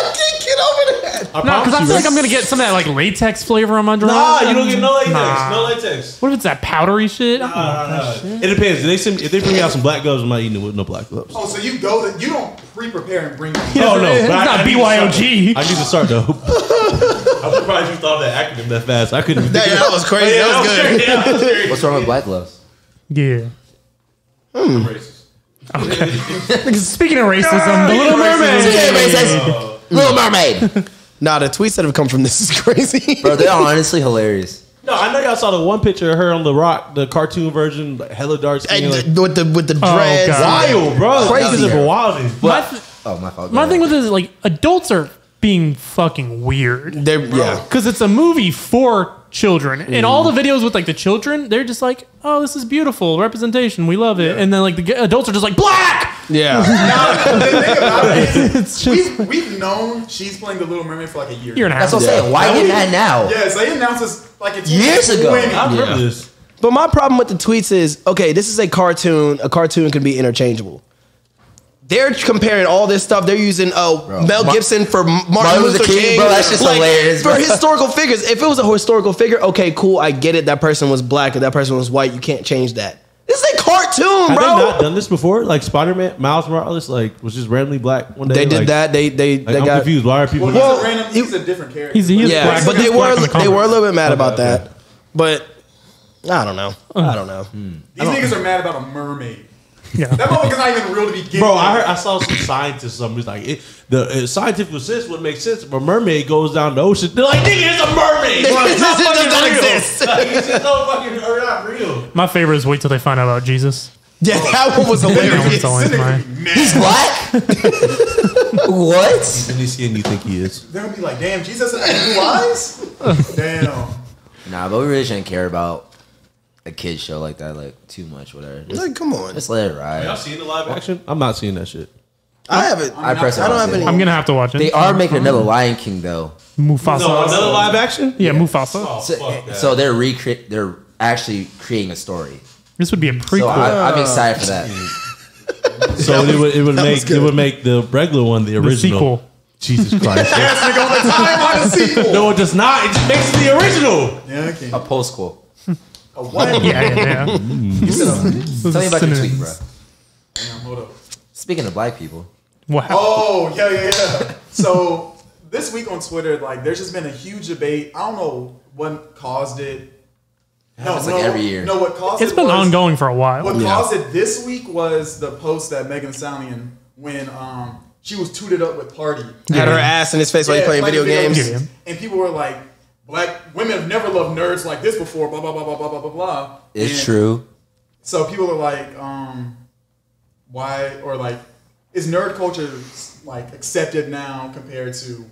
can't get over that. I No, promise because I you, feel like bro. I'm gonna get some of that like latex flavor on my dress. Nah, you don't get no latex, Nah. no latex. What if it's that powdery shit? I don't know. Uh, it depends. If they send, if they bring me out some black gloves, I'm not eating it with no black gloves. Oh, so you go that you don't pre-prepare and bring them. Oh no, It's but I- not I need to start. BYOG. I need to start though. I'm surprised you thought that acronym that fast. I couldn't. That, that was crazy. Yeah, that was good. that was very- What's wrong with black gloves? Yeah. I'm racist. Speaking of racism, the Little Mermaid. Yeah, racist. Little Mermaid. Nah, the tweets that have come from this is crazy. Bro, they are honestly hilarious. No, I know y'all saw the one picture of her on the rock, the cartoon version, like, hella dark skin, And like th- with the with the dreads. God. wild, bro. Crazy. Crazy, wild. My, th- Oh, my fault. my thing with this is like adults are being fucking weird They're, yeah. because it's a movie for children, and all the videos with like the children, they're just like, oh, this is beautiful representation, we love it, and then like the g- adults are just like black. Yeah. It's just We've, we've known she's playing the Little Mermaid for like a year. you're an That's what asshole. I'm saying. Why get mad now? Yeah, so they announced this like it's Years ago. I I, remember this. But my problem with the tweets is okay, this is a cartoon. A cartoon can be interchangeable. They're comparing all this stuff. They're using uh, Mel Gibson for M- Martin, Luther, King. bro, that's just Like, hilarious, For bro. historical figures, if it was a historical figure, okay, cool, I get it. That person was black or that person was white. You can't change that. This is a cartoon, Have bro. they not done this before? Like Spider Man, Miles Morales, like was just randomly black one day. they did like- that. They they Like, they I'm got confused. Why are people? Well, he's a random, he's a different character. He's, he is yeah, black. but He's they were black in the they were a comics. little bit mad about okay. that. But I don't know. I don't know. Hmm. These niggas are mad about a mermaid. Yeah. That motherfucker's not even real to begin Bro, with. I heard, I saw some scientists. Somebody's like, it, the uh, scientific sense would make sense if a mermaid goes down the ocean. They're like, nigga, it's a mermaid. Bro, it's not It does fucking not real. exist. Like, it's just no fucking or not real. My favorite is wait till they find out about Jesus. Yeah, that one was That one's hilarious. always mine. He's black? what? Any skin you think he is? They're gonna be like, damn, Jesus has blue eyes? damn. Nah, but we really shouldn't care about a kid show like that, like too much, whatever. Just, Like, come on. just let it Y'all ride. seen the live action? I'm not seeing that shit. I haven't. I, I personally don't have don't any. I'm gonna have to watch it. They are making another Lion King though, Mufasa. No, another live action. yeah, Mufasa. Oh, so, fuck that. so they're recre- they're actually creating a story. This would be a prequel. So I, Uh, I'm excited for that. So it would it would make it would make the regular one the original. sequel. Jesus Christ! yes, nigga, on the timeline sequel. No, it does not. It just makes the original. Yeah, okay. A post school. yeah, yeah, yeah. Tell me about your tweet, bro. Hold up. Speaking of black people, Wow. Oh, yeah, yeah, yeah. so this week on Twitter, like there's just been a huge debate. I don't know what caused it. No, Happens, like, every year. No, what caused it's it been was- ongoing for a while. What caused it this week was the post that Megan Thee Stallion when um she was tooted up with party. Had her ass in his face while you Yeah, playing video games. games. And people were like, black women have never loved nerds like this before, blah, blah, blah, blah, blah, blah, blah, blah. it's And true. So people are like, um, why, or like, is nerd culture like accepted now compared to.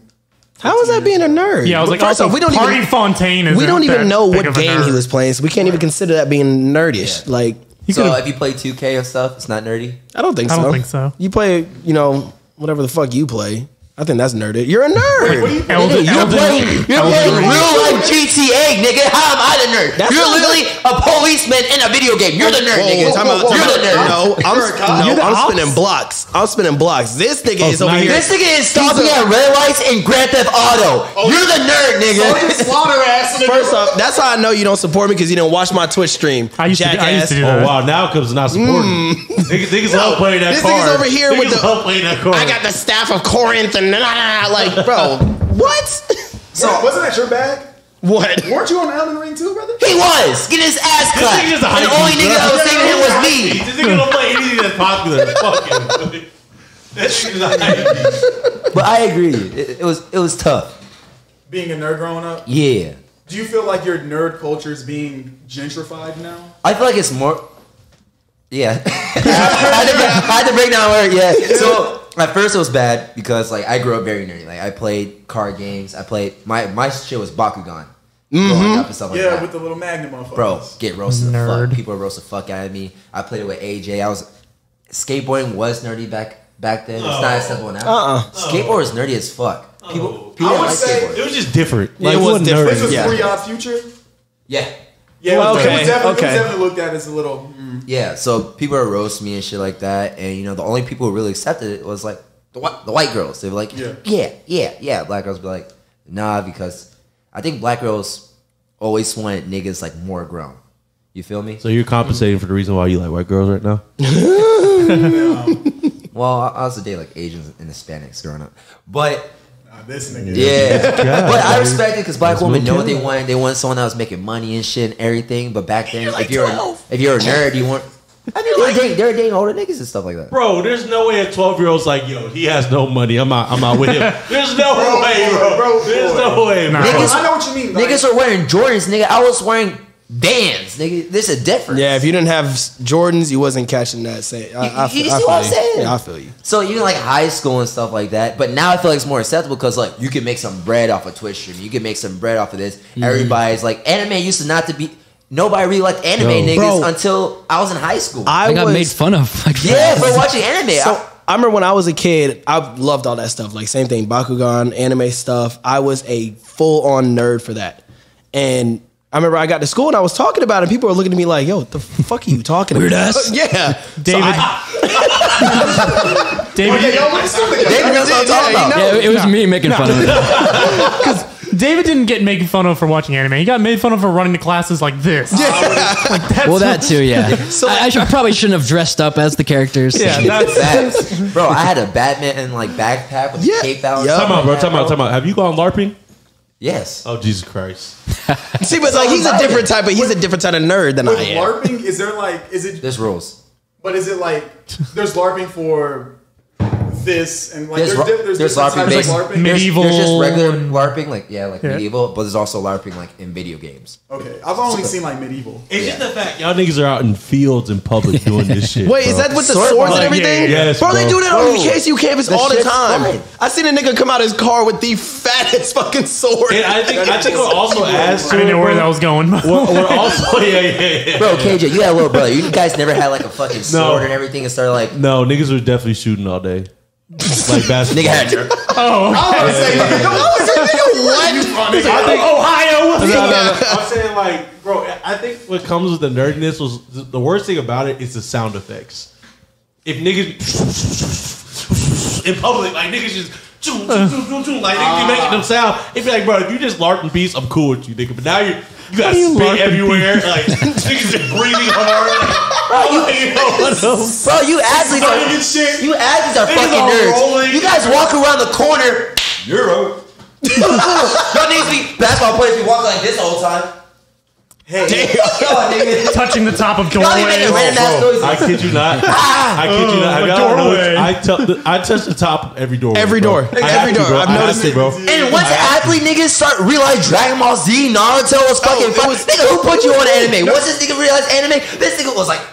How is that being a nerd? Yeah, I was But like, first also, off, we don't Party even Fontaine is we don't that even know big what of a game nerd. he was playing, so we can't even consider that being nerdish. Yeah. Like, He So could've- if you play 2K or stuff, it's not nerdy. I don't think so. I don't think so. You play, you know, whatever the fuck you play. I think that's nerdy. You're a nerd. Elden, You're Elden, playing, you're Elden playing Ring. real life GTA, nigga. How am I the nerd? That's you're not literally a policeman in a video game. You're the nerd, Whoa, nigga. whoa, time out, time you're the out. nerd. No, I'm, You're no, the I'm ops. spinning blocks. I'm spinning blocks. This nigga Oh, is over nice. here. This nigga is stopping at red lights in Grand Theft Auto. you're the nerd, nigga. Slaughter ass in First off, that's how I know you don't support me because you didn't watch my Twitch stream. I used to do- I jackass. used to do Oh wow! Now it comes not supporting. Niggas, niggas love playing Mm. that this card. nigga's over here niggas with the- love playing that card. I got the staff of Corinth and nah, nah, nah, like, bro, what? So, wasn't that your bag? what? Weren't you on Elden Ring too, brother? he was. Get his ass This clapped. nigga is a And the hype only beast, nigga bro. that was saving him was me. This nigga don't play anything that's popular. Fucking. This nigga's a hype beast. But I agree. It, it was it was tough. Being a nerd growing up? Yeah. Do you feel like your nerd culture is being gentrified now? I feel like it's more. Yeah, I, had to, I had to break down where. Yeah, so at first it was bad because like I grew up very nerdy. Like I played card games. I played my my shit was Bakugan. growing up and stuff like Mm-hmm. Yeah, that. with the little Magnum motherfuckers. bro, get roasted. the Nerd. Fuck. People roast the fuck out of me. I played it with AJ. I was skateboarding was nerdy back back then. It's not acceptable now. Uh-uh. Skateboard is nerdy as fuck. People, people I don't would like say- skateboard. It was just different. it was wasn't different. This is Yeah. pre odd future. Yeah, Yeah, Well, it was okay, definitely, It okay. was definitely looked at as a little. mm. yeah. So people are roast me and shit like that. And you know the only people who really accepted it was like the white the white girls. They were like, Yeah. yeah, yeah, yeah. Black girls be like, nah, because I think black girls always wanted niggas like more grown. You feel me? So you're compensating for the reason why you like white girls right now? Well, I I also date like Asians and Hispanics growing up, but. Nah, this nigga. Yeah, but I respect it because black That's what women know what we they do. wanted. They wanted someone that was making money and shit and everything. But back then, if you're a, if you're a nerd, you weren't. I mean, they're dating, they're dating older niggas and stuff like that. Bro, there's no way a 12 year old's like, yo, he has no money. I'm out. I'm out with him. There's no Bro, way, boy, bro. bro, there's boy. no way, bro. Niggas- I know what you mean. Like, Niggas are wearing Jordans, nigga. I was wearing Vans, nigga. There's a difference. Yeah, if you didn't have Jordans, you wasn't catching that. Say, I, I, You- you feel- see I feel what I'm you. saying? Yeah, I feel you. So even like high school and stuff like that, but now I feel like it's more acceptable because like you can make some bread off of Twitch stream, you can make some bread off of this. Mm-hmm. Everybody's like anime used to not to be nobody really liked anime niggas Bro. until I was in high school. I, I got was, made fun of. Like, yeah, for watching anime. So I- I remember when I was a kid, I loved all that stuff. Like same thing, Bakugan, anime stuff. I was a full on nerd for that. And I remember I got to school and I was talking about it. And people were looking at me like, "Yo, what the fuck are you talking about?" Weird ass. Yeah, So David, I- David, David knows what I'm talking about. no. Yeah, it was No. me making fun of it. David didn't get made fun of for watching anime. He got made fun of for running to classes like this. well, that too, yeah. I, I should, I probably shouldn't have dressed up as the characters. Yeah, that's Facts. Bro, I had a Batman like backpack with a cape out. Time out, bro. Time out, time out. Have you gone LARPing? Yes. Oh, Jesus Christ. See, but like he's a different type of he's a different type of nerd than I With am. LARPing, is there like, is it, There's rules. but is it like, there's LARPing for this and like, There's there's, ro- di- there's, there's different LARPing types based- of LARPing. Mid- There's, Medieval there's just regular and- LARPing, like yeah, like Yeah. medieval, but there's also LARPing like in video games. okay, I've only seen like medieval. It's just the fact y'all niggas are out in fields in public doing this shit. Wait, bro. is that with the swords and everything? yeah, yeah. Yes, bro, they bro. do that on KCU campus all the shit's time. fine. I seen a nigga come out of his car with the fattest fucking sword. And I think I think what also adds to I didn't know it, where bro, that was going. What, what also, yeah, yeah, yeah. Bro, KJ, you had a little brother. You guys never had like a fucking sword and everything and started like No, niggas were definitely shooting all day, like nigga basketball. had your I think Ohio. No, no, no. I'm saying like, bro. I think what comes with the nerdiness was the worst thing about it is the sound effects. If niggas in public, like niggas just. choo, choo, choo, choo, choo, Like niggas be making them sound. It'd be like, bro, if you just larping beats, I'm cool with you, nigga. But now you you got do you spit LARPing everywhere. Like niggas are breathing hard. Like, bro, Bro, you athletes Fucking are shit. you athletes are Niggas fucking all nerds. rolling. You guys walk around the corner. Euro. Y'all niggas be basketball players be walking like this all the time. Hey, y'all niggas. Touching the top of Y'all be making doorways. random ass noises. Oh, I kid you not. I kid you not. Oh, I, a got doorway. I, tou- the- I touch the top of every door. Every bro. door. I have Every to, door. bro. I've I have noticed to, it. bro. And once athlete niggas start realize Dragon Ball Z, Naruto was fucking fun. Nigga, who put you on anime? Once this nigga realized anime, this nigga was like,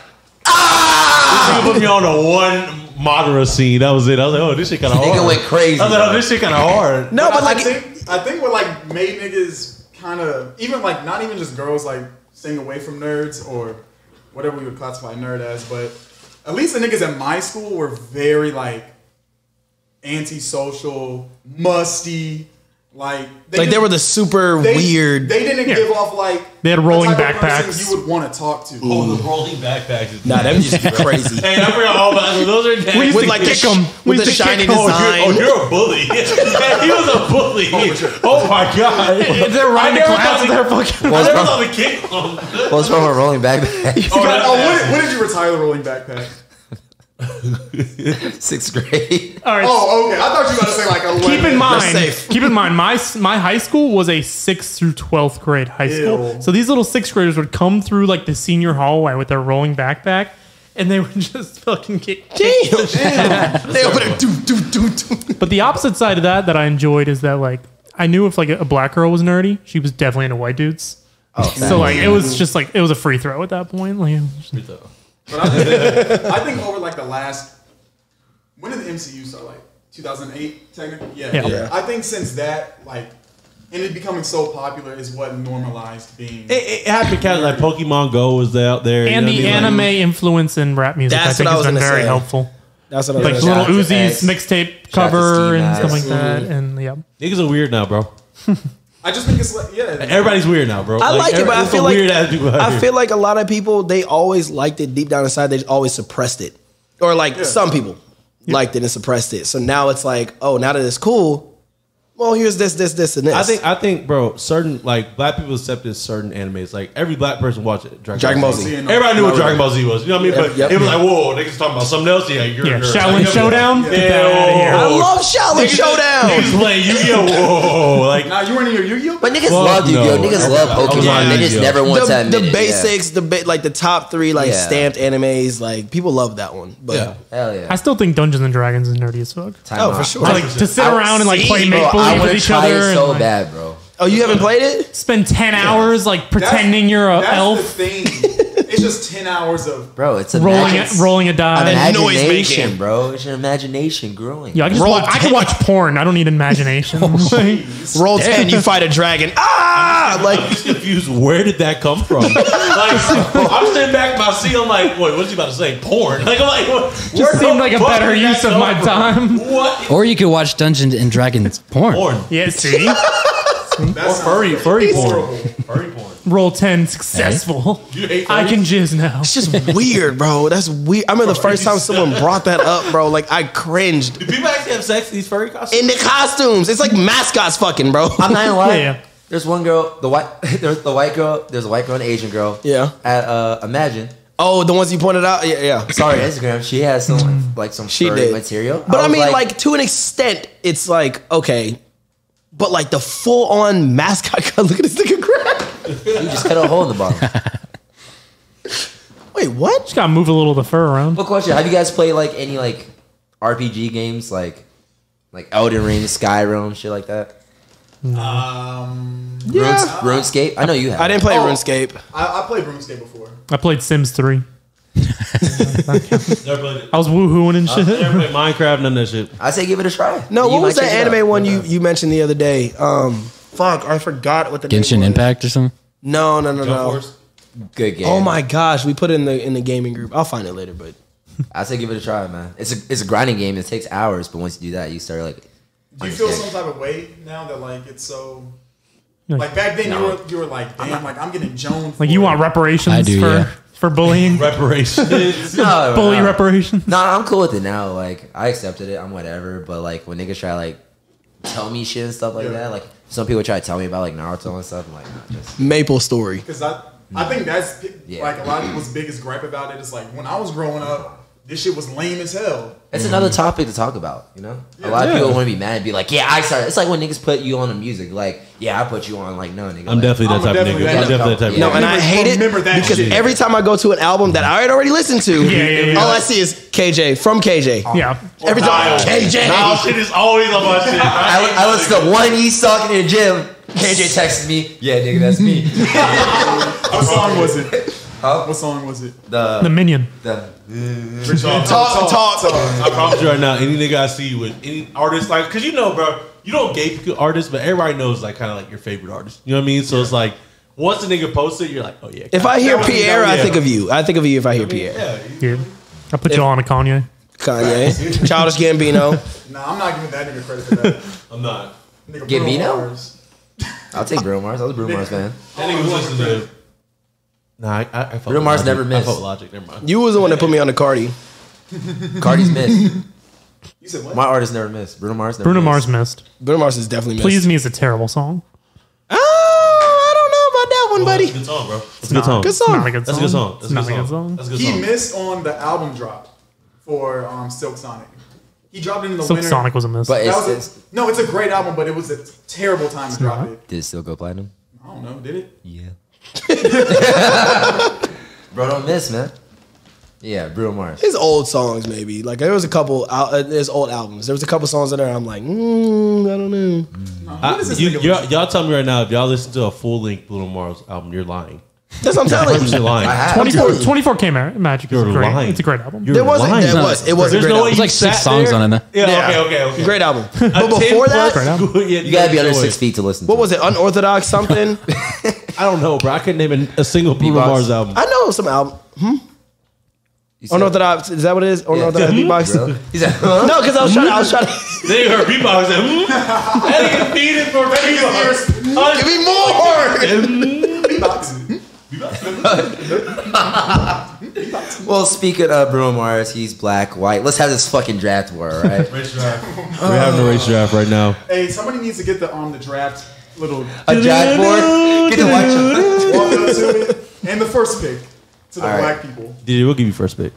ah! You put me on a one Madara scene. That was it. I was like, oh, this shit kind of hard. Nigga went crazy. I was like, oh, this shit kind of hard. no, but I like think I think what like made niggas kind of even like not even just girls like staying away from nerds or whatever we would classify nerd as, but at least the niggas at my school were very like antisocial, musty, like they like just- they were the super they- weird. They didn't Yeah. give off like They had the rolling type of person backpacks. You would want to talk to. Oh, the rolling backpacks. is- nah, that was just crazy. Hey, I forgot all about those. Those are We used With to like the kick sh- 'em. We with the used to kick shiny 'em. Oh, design. Oh, you're a bully. Man, he was a bully. Oh my god. They're I running never class. thought They're he- fucking. I never thought the kid. Oh, What's wrong with rolling backpack? Oh, that- oh, when, did, when did you retire the rolling backpack? Sixth grade. All right. Oh, okay. I thought you were about to say like a keep in mind. safe. Keep in mind. My s- my high school was a sixth through twelfth grade high school. Ew. So these little sixth graders would come through like the senior hallway with their rolling backpack, and they would just fucking get kicked. they over there, do do do do. But the opposite side of that that I enjoyed is that like I knew if like a black girl was nerdy, she was definitely into white dudes. so like it was just like it was a free throw at that point. Like I think over like the last when did the MCU start? Like 2008, technically. Yeah. Yeah. Yeah. I think since that, like, and it becoming so popular is what normalized being. It, it happened kind of like Pokemon Go was out there. and the you know what I anime mean? Like, influence in rap music I That's think what I has was been gonna very say. helpful. That's what I Like was little out to Uzi's X. mixtape out to cover Steve and stuff like Madden. that. And yeah. Niggas are weird now, bro. I just think it's like, yeah. Everybody's weird now, bro. I like it, but I it's a feel like weird ass people out I here. feel like a lot of people they always liked it deep down inside. They always suppressed it, or like some people liked it and suppressed it. So now it's like, oh, now that it's cool, well, here's this, this, this, and this. I think I think, bro. Certain like black people accepted certain animes. Like every black person watched it. Dragon, Dragon Ball Z. Everybody knew what Dragon Ball Z was. You know what I mean? Yep, but yep. it was like, whoa, niggas talking about something else. Yeah, you're Yeah. a nerd. Shaolin Like, Showdown? Yeah, Get that outta here. I whoa. love Shaolin Niggas- Showdown. Niggas playing Yu-Gi-Oh. Whoa, like Now you weren't in your Yu-Gi-Oh. But niggas Well, love you, yo. no. Niggas love Pokemon. Yeah, they just yeah. never want to the, admit the it, basics, the ba- like the top three like Yeah. stamped animes, like people love that one. But Yeah. Yeah. Hell yeah. I still think Dungeons and Dragons is nerdy as fuck. Time oh, for out. sure. Like to sit I would around and like see, play bro, make I believe wanna with each try other. it and, so like, bad, bro. oh, you haven't played it? Spend ten hours like pretending you're a that's elf, the thing. it's just ten hours of. Bro, it's rolling imagine- rolling a die. imagination, bro. It's your imagination growing. Yeah, I can, just Roll watch, I can watch porn. I don't need imagination. Oh Like, Roll ten, you fight a dragon. Ah, I'm like just confused. Where did that come from? like, I'm sitting back in my seat. I'm like, wait, what's he about to say? Porn? Like, I'm like, what? where just seemed the like a fuck better did that use of come my from? time. What? Or you could watch Dungeons and Dragons porn. Porn? yeah, see, That's Furry? Furry porn? Furry porn? roll 10 successful. hate I can jizz now. It's just weird, bro. That's weird. I remember the first time someone brought that up, bro. Like I cringed Do people actually have sex in these furry costumes? in the costumes. It's like mascots, fucking, bro. I'm not gonna lie. Yeah, yeah. There's one girl, the white, there's the white girl, there's a white girl and an Asian girl. Yeah. At uh, Imagine, Oh, the ones you pointed out. Yeah, yeah. sorry, Instagram, she has some Mm. like some She furry did. material. But I, was mean, like, to an extent, it's like okay, but like the full on mascot. Look at this nigga grab. you just cut a hole in the bottom. Wait, what? Just gotta move a little of the fur around. What question? Have you guys played like any like RPG games like like Elden Ring, Skyrim, shit like that? Um, yeah. RuneScape. I know you have. I didn't play RuneScape. I, I played RuneScape before. I played Sims 3. Never played, I was woohooing Uh, and shit. never played Minecraft, none of that shit. I say give it a try. No, You what might was check that it out. anime one you, you mentioned the other day? Um, fuck, I forgot what the name Genshin was. Impact or something. No, no, no, no. Good game. Oh my gosh, we put it in the in the gaming group. I'll find it later, but I say give it a try, man. It's a it's a grinding game. It takes hours, but once you do that, you start like. Do you feel some type of way now that like it's so? Like- Like back then, No. you were you were like, damn, like I'm getting Joan. Like, you want reparations I do, for, yeah. for bullying? Reparations. No, uh, Bully no. reparations? No, I'm cool with it now. Like I accepted it. I'm whatever. But like when niggas try to, like tell me shit and stuff like that, like some people try to tell me about like Naruto and stuff. I'm like, nah, just Maple Story. Because I I think that's pi- Yeah. like a lot of people's biggest gripe about it is like when I was growing up, this shit was lame as hell. it's another topic to talk about. You know, a lot of people want to be mad and be like, yeah, I started. It's like when niggas put you on the music. Like, yeah, I put you on. Like, no, nigga. like, I'm definitely I'm that type of definitely nigga. that I'm definitely that type of No, nigga. and I hate it Remember that because shit. every time I go to an album that I had already listened to, yeah, Oh, all I see is KJ from KJ. uh, Yeah. Every time KJ. Nah, shit is always on my shit. I, I listened to one East Sock in the gym. KJ texted me, yeah, nigga, that's me. What song was it? What song was it? uh, The minion. The- talk, Talk, talk. I promise you right now, any nigga I see with any artist, like, cause you know, bro, you don't gay pick artists, but everybody knows like kind of like your favorite artist. You know what I mean? So it's like once a nigga posts it, you're like, oh yeah. If I hear That was- Pierre, that was- I think of you. I think of you if I hear Pierre. yeah. Yeah. I put you on a Kanye. Kanye, Childish Gambino. Nah, I'm not giving that nigga credit for that. I'm not. Nigga Get me Bruno now? Mars. I'll take Bruno Mars. I was a Bruno Mars fan. That nigga was listening to. Nah, I, I, I fuck Bruno with Mars Logic. never I missed. fuck with Logic. Never mind. You was the one that put me on the Cardi. Cardi's missed. You said what? My artist never missed. Bruno Mars. Never Bruno missed. Mars missed. Bruno Mars is definitely missed. Please Me is a terrible song. Oh, I don't know about that one, That's a buddy. good song, bro. That's a good song. Good It's song. not a good That's a song. good song. That's It's a not good song. That's a good he song. missed on the album drop for um, Silk Sonic. He dropped it in the Silk winter. Sonic was a miss. But That it's, was a- it's, no, it's a great album, but it was a terrible time to drop it. did it still go platinum? I don't know, did it? Yeah. Bro, don't miss, man. Yeah, Bruno Mars. His old songs, maybe. Like there was a couple. al- Uh, there's old albums. There was a couple songs in there. I'm like, mm, I don't know. I, is this you, nigga y'all, y'all tell me right now if y'all listen to a full length Bruno Mars album, you're lying. That's what I'm telling You're you. lying. I have. 24, 24 came out. Magic is You're great. lying. It's a great album. You're There wasn't. lying. There No, was. it's It was. a There's great no way album. There's you like six sat songs there- on it. Now. Yeah, Yeah. okay, okay, okay. Great album. But before that, You gotta be under six feet to listen. what to was it? Unorthodox something? I don't know, bro. I couldn't name a single Bruno Beatbox. Mars album. I know some album. You said- Unorthodox. Is Oh, that what it is? Unorthodox Yeah. beatbox. Bro. He said, huh? No, because I was trying. I was trying to Then you heard beatbox. And, mm, that nigga needed for beatbox. give me more. Well, speaking of Bruno Mars, he's black, white. Let's have this fucking draft war, all right? Race draft. We're having a race draft right now. Hey, somebody needs to get the um the draft little A draft board? Get to watch it. Welcome to it. And the first pick to the All right. black people. Did we'll give you first pick.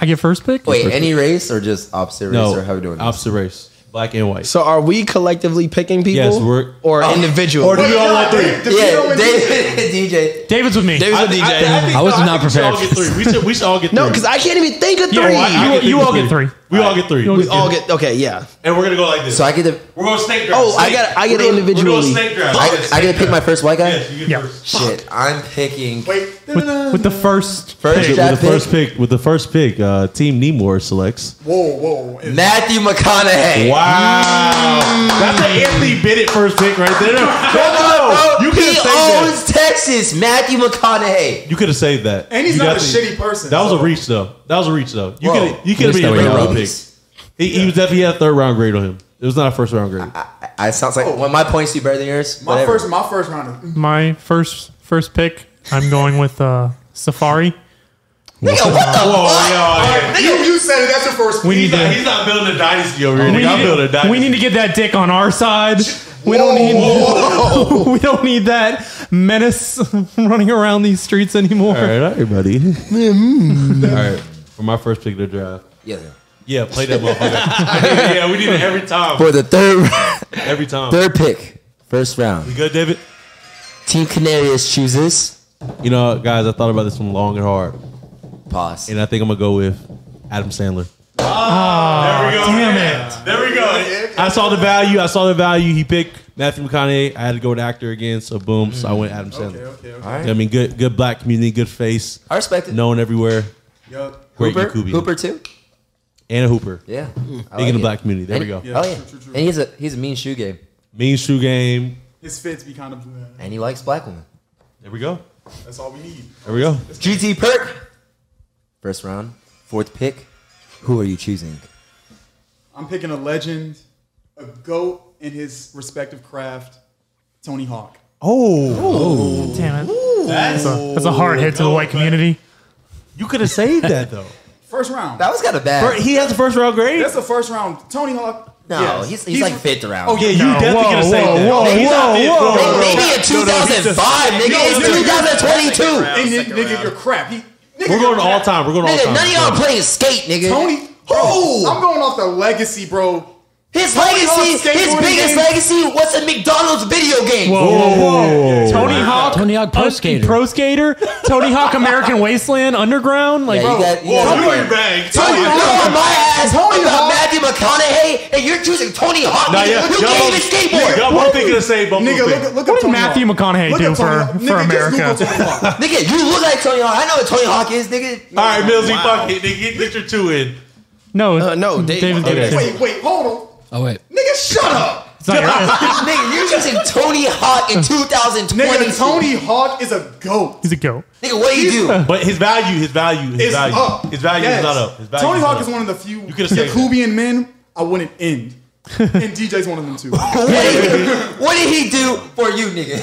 I get first pick? Wait, any race or just opposite race No, or how we doing? this? opposite race, black and white. So are we collectively picking people? Yes, we're- Oh. or individual. Or do we all want three? The Yeah, Vito and- David, DJ. David's with me. There's a DJ. think- I was no, not think We should prepared all for get three. We should, we should all get no, three. because I can't even think of three. Yeah, well, I- I You- can you think all of get three. We all get three. You we all get okay. Yeah. And we're gonna go like this. So I get to, we're going snake draft. Oh, I Snake- gotta- I get we're doing- We're individually. doing snake draft. I, I get to pick my first white guy? Yes, you get Yeah. first. Shit, I'm picking. Wait, with, with the first, First pick. draft- With the first pick, with the first pick, uh, Team Nemor selects. whoa, whoa. And Matthew McConaughey. Wow, that's an Anthony Bennett first pick right there. No, no, Bro, you could he have saved that. owns Texas. Matthew McConaughey. You could have saved that. And he's You not a got the- shitty person. That was so- a reach though. That was a reach though. You Whoa. could you could have At least been a that way third he round pick. knows. He, he was definitely had a third round grade on him. It was not a first round grade. I, sounds like well, Oh. my points do better than yours. My whatever. first, my first round. my first first pick, I'm going with uh, Safari. Nigga, what the Whoa, fuck? yo, You, you said it. That's your first. We pick. need Oh, he's, not, he's not to building a dynasty over here. we nigga. I'm building a need, dynasty. we need to get that dick on our side. We don't need we don't need that menace running around these streets anymore. All right, all right, buddy. Mm-hmm. all right, for my first pick of the draft. Yeah. Yeah, play that motherfucker. yeah, we need it every time. For the third Every time. third pick, first round, You good, David? Team Canarius chooses. You know, guys, I thought about this one long and hard, Pause. and I think I'm gonna go with Adam Sandler. there we go. Damn it. There we go. I saw the value. I saw the value. He picked Matthew McConaughey. I had to go with actor again, so boom. So I went Adam Sandler. Okay, okay. I mean, good, good black community, good face, I respect it. known everywhere. Yup. Great Hooper, Yakubian. Hooper too. and a Hooper. Yeah, I Big in it. the black community. There we go. And- Oh yeah, and he's a he's a mean shoe game, Mean shoe game. His fits be kind of. uh, and he likes black women. There we go. That's all we need. There we go. GT Perk. First round, fourth pick. Who are you choosing? I'm picking a legend, a goat in his respective craft, Tony Hawk. Damn it. That's a, that's a hard hit to the white community. You could have saved that though. First round. That was kind of bad. he has the first round grade. That's the first round. Tony Hawk. No, he's- he's like fifth round. Oh yeah, you you. definitely could have saved that. whoa, He's not big, bro. Hey, Maybe in 2005, nigga. No, no, It's 2022. And he- nigga, you're crap. He, nigga, We're going you're to all crap. time. We're going to all Nigga, time. none of y'all playing skate, nigga. Tony. Who? I'm going off the legacy, bro. his Hawk's legacy, his skateboarding biggest game. legacy was a McDonald's video game. Whoa. Tony Hawk, Tony Hawk un- Pro Skater. Pro Skater, Tony Hawk, American Wasteland, Underground. Like, Yeah, you got, you Whoa, got- you ain't bang. Tony Tony Hawk on my ass. Tony Tony i Hawk. Matthew McConaughey, and you're choosing Tony Hawk. Nah, nigga. yeah, you y'all gave him a both- skateboard. Y'all both thinking the same. Both Nigga, both look, think. at- look What up did Tony Matthew Hawk. McConaughey Look do up Tony for- Hawk. for Nigga, just America? Google Tony Hawk. Nigga, you look like Tony Hawk. I know what Tony Hawk is, nigga. All right, Millsy, fuck it. Nigga, get, get your two in. no, Uh, no, Dave- David's okay. getting Wait, it. wait, hold on. Oh wait. Nigga, shut up. It's not your- nigga, you're choosing Tony Hawk in 2020. Nigga, Tony Hawk is a goat. He's a goat. Nigga, what do you do? But his value, his value, his It's value, up. his value Yes. is not up. His value Tony Hawk not is up. one of the few could've saved Yakubian men I wouldn't end. And DJ's one of them too. What did, he, what did he do for you, nigga?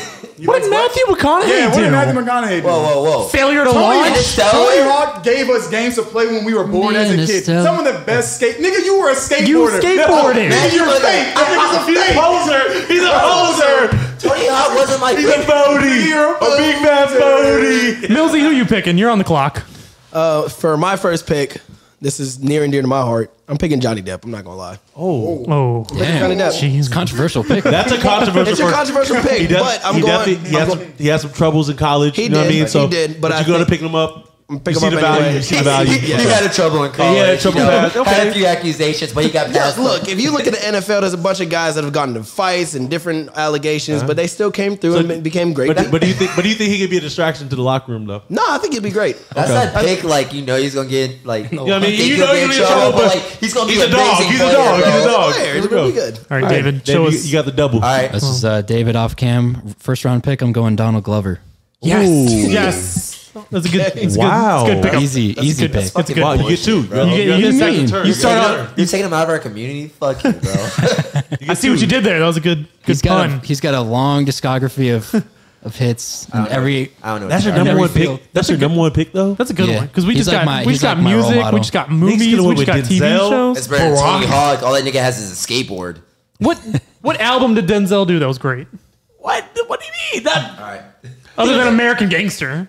What did Matthew McConaughey yeah, what do? did Matthew McConaughey do? Whoa, whoa, whoa. Failure to Tony, launch. Interstellar? Tony Hawk gave us games to play when we were born as a kid. Interstellar. Some of the best skate. Nigga, you were a skateboarder. You skateboarded. Nigga, you're fake. That nigga's a He's a fake. poser. He's a poser. Tony Hawk wasn't my He's a favorite. Bodie. A big man Bodie. Millsy, who you picking? You're on the clock. Uh, for my first pick, this is near and dear to my heart. I'm picking Johnny Depp. I'm not gonna lie. Oh, Damn. Johnny Depp. jeez. Controversial pick. That's a controversial. It's a first- controversial pick, He does, but I'm he going. definitely- He, I'm has going- some, he has some troubles in college. He you know what I did, mean? he So did, but I you go to think- pick him up. pick him you see up the value. anyway. You see the value. He, he had a trouble in college. had trouble you know, back. Okay. Had a few accusations, but he got Yeah, past. look, them. if you look at the NFL, there's a bunch of guys that have gotten into fights and different allegations, but they still came through and became great. Uh-huh. But, but do you think? But do you think he could be a distraction to the locker room though? no, I think it'd be great. that's not big. Like you know, he's gonna get like. oh, You Yeah, I mean, you know he's gonna get in trouble, but like he's gonna be he's a dog, amazing he's a player, dog, bro. he's a dog. Dog, here we it'd go. be good. All right, David, Dave, show you, us. you got the double. All right, This is uh, David off cam. First round pick. I'm going Donald Glover. yes, yes. That's a good. That's a good Wow. That's a good pickup. Easy, That's a easy good- pick. That's a good. Wow, you get two. bro. You get- you got get the second mean. turn. You start got out- another. you're taking him out of our community. Fuck you, bro. You I get see what two. you did there. That was a good. Good He's got a, pun. he's got a long discography of of hits in every. I don't know. That's what your you are. number Every one field. pick. That's your number one pick though. That's a good Yeah. one because we He's just like got my- we he's just got like my role music, we model. just got Niggas movies, could've we went just got with TV Denzel. It's shows. better than Tony Barack. Hawk. All that nigga has is a skateboard. What what album did Denzel do that was great? What? What do you mean? That All right, Other than American Gangster.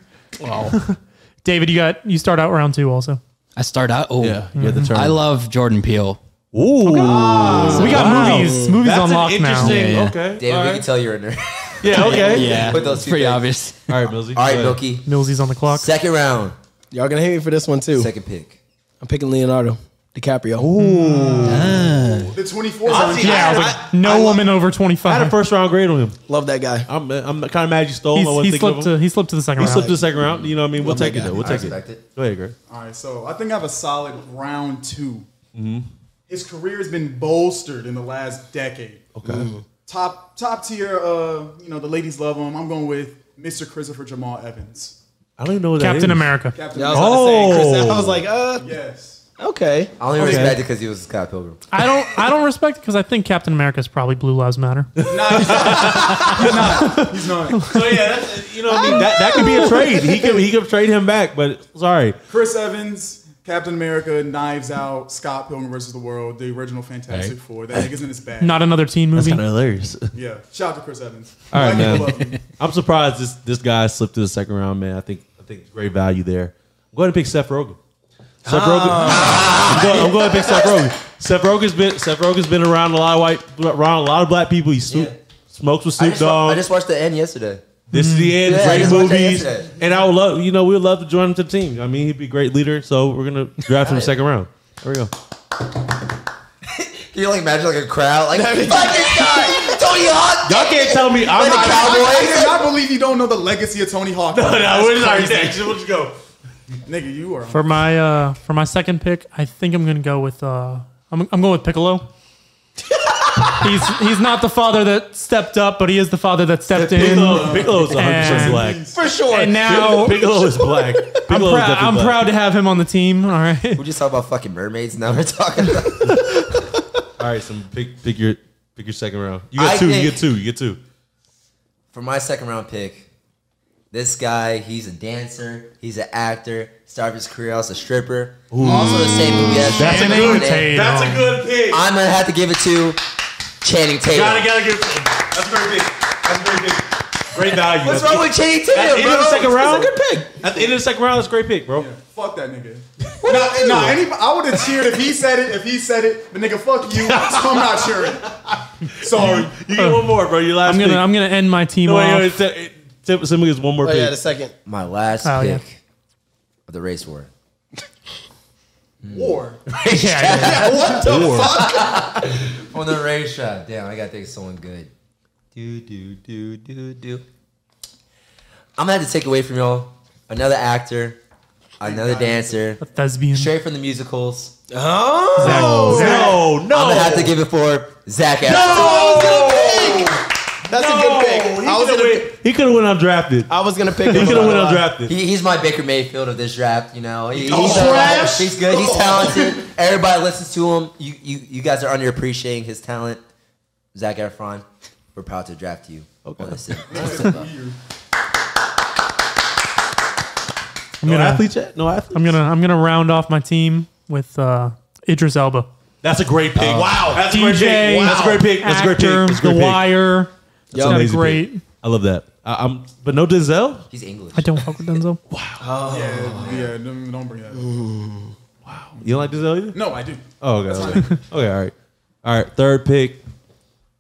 David, you got you start out round two also. I start out. Oh, yeah, you had the turn. I love Jordan Peele. Ooh, So we got Wow. movies. Movies that's on lock an now. interesting. Yeah, yeah. Okay, David, all we can right, tell you're a nerd. yeah, okay, Yeah, With those it's two pretty things. obvious. all right, Millsy. All right, go ahead. Milky. Millsy's on the clock. Second round, Y'all gonna hate me for this one too. second pick. I'm picking Leonardo DiCaprio. The 24. Honestly, yeah, I was I- like, no woman over twenty I had a five. first round grade on him. Love that guy. I'm, I'm kind of mad you stole. him. I wasn't He thinking of slipped him. to he slipped to the second He round. slipped to the second round. You know what I mean? We'll take it though. We'll take it. respect it. Go ahead, Greg. All right, so I think I have a solid round 2 Mm-hmm. His career has been bolstered in the last decade. Okay. Top top tier. Uh, you know the ladies love him. I'm going with Mr. Christopher Jamal Evans. I don't even know what that Captain is. America. Captain. Yeah, I was about to say, Oh. Chris, I was like, uh, Yes. Okay. I only respect it because he was Scott Pilgrim. I don't. I don't respect it because I think Captain America is probably Blue Lives Matter. He's not. So yeah, that's, you know, what I mean, that, that could be a trade. He could he could trade him back, but sorry, Chris Evans, Captain America, Knives Out, Scott Pilgrim versus the World, the original Fantastic Right. Four. That nigga's in his bag. Not another teen movie. kind of hilarious. Yeah. Shout out to Chris Evans. All right, Black man. people love him. I'm surprised this this guy slipped to the second round, man. I think I think great value there. I'm going to pick Seth Rogen. Seth Rogen. Oh. I'm, going, I'm going to pick Seth Rogen. Seth Rogen's been Seth Rogen's been around a lot of white, around a lot of black people. He Snoop, Yeah. smokes with I Snoop just, wa- I Dogg. just watched the end yesterday. this is the end. Yeah, I great just watched that movies. yesterday. And I would love, you know, we would love to join him to the team. I mean, he'd be a great leader. So we're gonna draft him second round. There we go. Can you like imagine like a crowd like fuck this guy, Tony Hawk? Y'all can't tell me I'm Like not. a cowboy. I cannot believe you don't know the legacy of Tony Hawk. No, we're sorry. Next, let's go. Nigga, you are. For my uh, for my second pick, I think I'm gonna go with uh, I'm, I'm going with Piccolo. he's he's not the father that stepped up, but he is the father that stepped in. Piccolo, Piccolo's 100 percent And- black. For sure. And now Piccolo is black. I'm, Piccolo is prou- definitely I'm black. proud to have him on the team. All right. We just talk about fucking mermaids. Now we're talking. About, All right, some pick, pick your pick your second round. You get I two. You think- get two. You get two. for my second round pick, this guy he's a dancer, he's an actor. Started his career as a stripper. Also the same movie as That's a good take. That's Um, a good pick. I'm gonna have to give it to Channing Tatum. gotta give. That's very big. That's very big. Great value. What's wrong with Channing At the Tatum, end of bro? the second round, Good pick. at the end of the second round, that's a great pick, bro. Fuck that nigga. Nah, nah, any, I would have cheered if he said it, if he said it, but nigga, fuck you. So I'm not cheering. Sorry. You get one more, bro. Your last I'm gonna pick. I'm gonna end my team no, wait, wait, off. wait, t- Tip Simba gets one more Oh, yeah, the pick. second. My last Oh, yeah. pick of the race war. War. Yeah, yeah. On the race shot. Damn, I gotta think of someone good. Do do do do do. I'm gonna have to take away from y'all another actor, another dancer, Thespian. straight from the musicals. Zach- Zach- Oh, No, no. I'm gonna have to give it for Zach. No! That's a No, good pick. He I was, could gonna, have went. He could have went undrafted. I was gonna pick He him. could have but went I lied. undrafted. He, he's my Baker Mayfield of this draft, you know. He- he's, Oh, uh, trash. Oh. he's good. He's talented. Everybody listens to him. You, you, you guys are underappreciating his talent. Zach Efron, we're proud to draft you. Okay. Oh. I'm No gonna athlete chat. No athlete. I'm gonna I'm gonna round off my team with uh, Idris Elba. That's a great pick. wow. That's a great DJ, pick. That's a great pick. That's a great pick. Actor, That's a great The pick. Wire. That's Got a amazing great. pick. I love that. I, I'm, but no Denzel. He's English. I don't fuck with Denzel. Yeah, yeah, don't don't bring that up. You don't like Denzel either? No, I do. Oh, okay. okay. okay, all right. All right, third pick.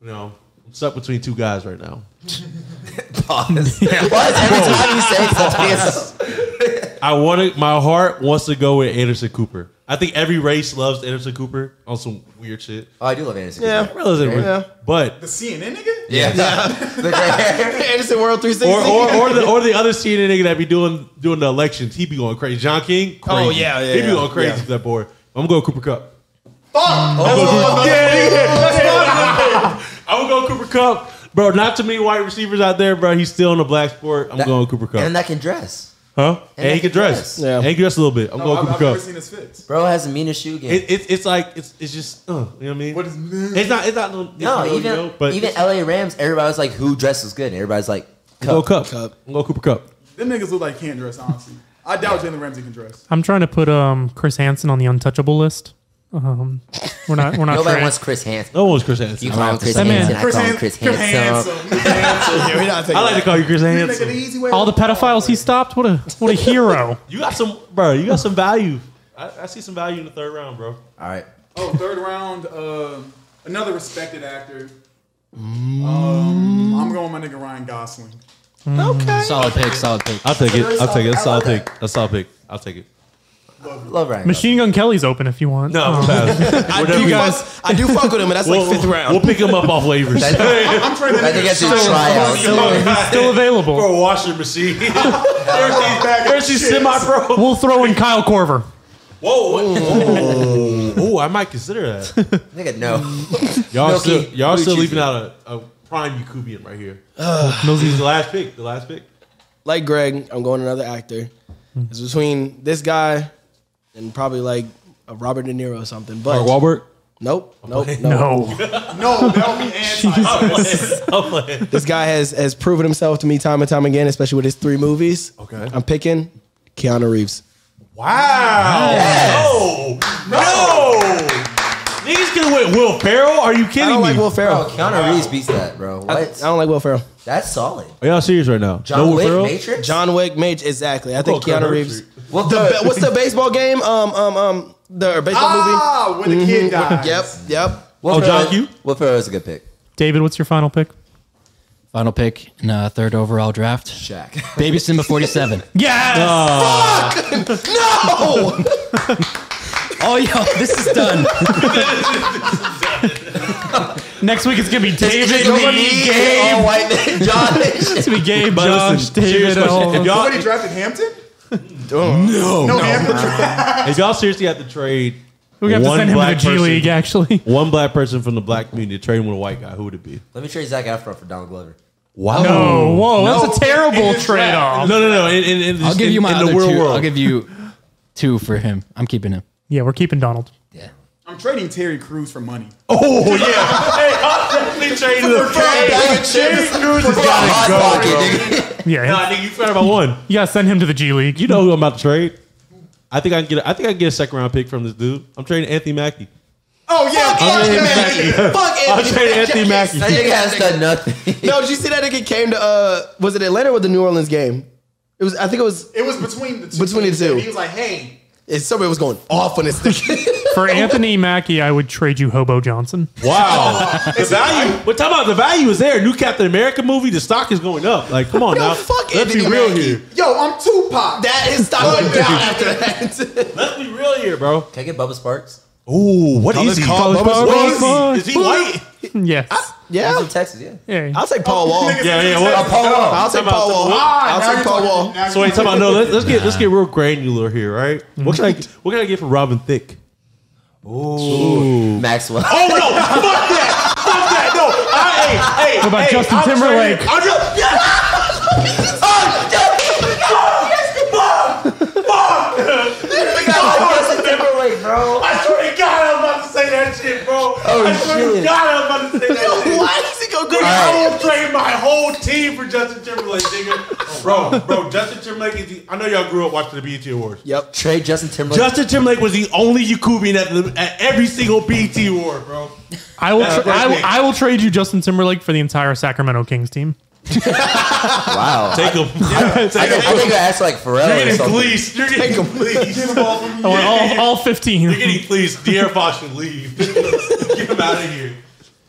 You know, I'm stuck between two guys right now. Pause. What? Every time you say something, it's- I want to, my heart wants to go with Anderson Cooper. I think every race loves Anderson Cooper on some weird shit. Oh, I do love Anderson. Yeah. Relevant, But The CNN nigga? Yeah. The gray- Anderson World 360. or, or, or the or the other CNN nigga that be doing doing the elections, he be going crazy. John King, crazy. Oh, yeah, yeah, he be yeah. going crazy Yeah. to that board. I'm gonna go Cooper Cup. Oh, Oh. I'm gonna go Cooper Cup, bro. Not too many white receivers out there, bro. He's still in the black sport. I'm going Cooper Cup, And that can dress. huh? And, that he can can dress. dress. Yeah. and he can dress a little bit. I'm No, going I've, Cooper I've Cup. never seen his fits. Bro has the meanest shoe game. It, it, it's like it's it's just uh, you know what I mean. What is it's not it's not no, it's no, no, even you know, but even LA Rams, everybody's like, who dresses good? And everybody's like, go Cup. cup. Cup. go Cooper Cup. Them niggas look like can't dress, honestly. I doubt Jalen Ramsey can dress. I'm trying to put um, Chris Hansen on the untouchable list. Um, we're not we're not Nobody trading. wants Chris Hansen. No one's Chris Hansen. You call him Chris That man- Hansen. I Chris call him Han- Chris Chris Hansen. handsome. Yeah, we're not taking I like to that. call you Nigga, Chris the Hansen. easy way. All the pedophiles he stopped. What a what a hero. You got some, bro. You got some value. I, I see some value in the third round, bro. All right. Oh, third round. Uh, another respected actor. Um, I'm going with my nigga Ryan Gosling. Solid pick, solid pick. I'll take it. I'll take it. That's I all love pick. That's all pick. I'll take it. Love Ryan. Gosling. Machine Gun Kelly's open if you want. No, Um, I do You guys, I do fuck with him, and that's like fifth round. We'll pick him up off waivers. I'm trying to I think that's a tryout. still, he's still for available. a washing machine. There's these semi-pro. We'll throw in Kyle Corver. Whoa! Oh, I might consider that. Nigga, no. Y'all Milky, still, y'all blue still cheese. leaving out a, a prime Yakubian right here. He's the last pick. The last pick. like Hmm. Greg, I'm going another actor. It's between this guy and probably like a Robert De Niro or something. But Mark Wahlberg. nope, Oh, nope, nope. No. No, that would be anti. Oh, This guy has has proven himself to me time and time again, especially with his three movies. Okay. I'm picking Keanu Reeves. Wow. No. No. Niggas could have went Will Ferrell. Are you kidding I don't me? like Will Ferrell. Bro, Keanu Reeves beats that, bro. I, I What? don't like Will Ferrell. That's solid. Are y'all serious right now? John no Will Wick, Ferrell? Matrix. John Wick, Mage, exactly. I think Oh, Keanu Keanu Reeves. Reeves. Well, The, the- ba- what's the baseball game? Um, um, um, the or baseball Ah, when the kid dies. movie. Yep, yep. Will Oh, John Ferrell- Q? Will Ferrell is a good pick. David, what's your final pick? Final pick in uh, third overall draft. Jack. Baby Simba 47. Yes. Uh, oh, yo, this is done. Next week it's gonna be David, me, Gabe. all white men. John. It's gonna be Gabe, Josh, listen, serious David. and all of question. us. If y'all, Somebody drafted Hampton? no, No, Hampton. If y'all seriously have to trade We have to one send him to the black G person- League. Actually, one black person from the black community to trade him with a white guy, who would it be? Let me trade Zach Efron for Donald Glover. Wow. oh, whoa, that's a terrible it's trade off. No, no, no. In, in, in, I'll give in- you my in other the real two. world. I'll give you two for him. I'm keeping him. Yeah, we're keeping Donald. I'm trading Terry Crews for money. oh yeah. hey, I'll definitely trade him. bag of chips for a hot pocket, nigga. Yeah, Nah, nigga, you forgot about one. you gotta send him to the G League. You know who I'm about to trade? I think I can get. A, I think I can get a second round pick from this dude. I'm trading Anthony Mackie. Oh yeah, Fuck fuck Anthony Mackie. yeah. Fuck I'm Anthony. trading Anthony Mackie. That nigga has done nothing. No, did you see that nigga came to uh was it Atlanta or the New Orleans game? It was I think it was It was between the two. Between the two. He was like, hey. it's, somebody was going off on this nigga. For Anthony Mackie, I would trade you Hobo Johnson. Wow. the value. But talk about the value is there. New Captain America movie. The stock is going up. Like, come on Yo, now. fuck Let's Anthony be real Mackie. here. Yo, I'm Tupac. that is stopping down after that. Let's be real here, bro. Can I get Bubba Sparks? Ooh, what is he? College What Park. is he? Is he white? Yes. He's yeah. in Texas, yeah. yeah. I'll take Paul Wall. Niggas Yeah, is yeah. in What? Texas. Paul Wall. I'll take Paul Wall. Ah, now I'll you're take Paul talking- Wall. now you're So wait, talk about talking- no. Let's, let's get let's get real granular here, right? What can I Mm-hmm. what can I get from Robin Thicke? Maxwell. Oh no! Fuck that! Fuck that! No! I, hey, hey, about hey, Justin I'm trading- Timberlake? I'm just, yes! Oh, yes! Fuck! Fuck! Justin Timberlake, bro. I swear to God, I was about to say that shit, bro. Oh, I swear shit. to God, I was about to say that shit. Why is he gonna go I will trade my whole team for Justin Timberlake, nigga. Bro, bro, Justin Timberlake is the, I know y'all grew up watching the BET Awards. Yep. Trade Justin Timberlake. Justin Timberlake was the only Yakubian at, the, at every single BET Award, bro. I will. Tra- that's I, will me. I will trade you Justin Timberlake for the entire Sacramento Kings team. wow. Take him. I take think, I think that's like Pharrell You're or getting something. fleeced. You're getting fleeced. I want all, all fifteen. You're getting fleeced. Dear Fox should leave. Get him out of here.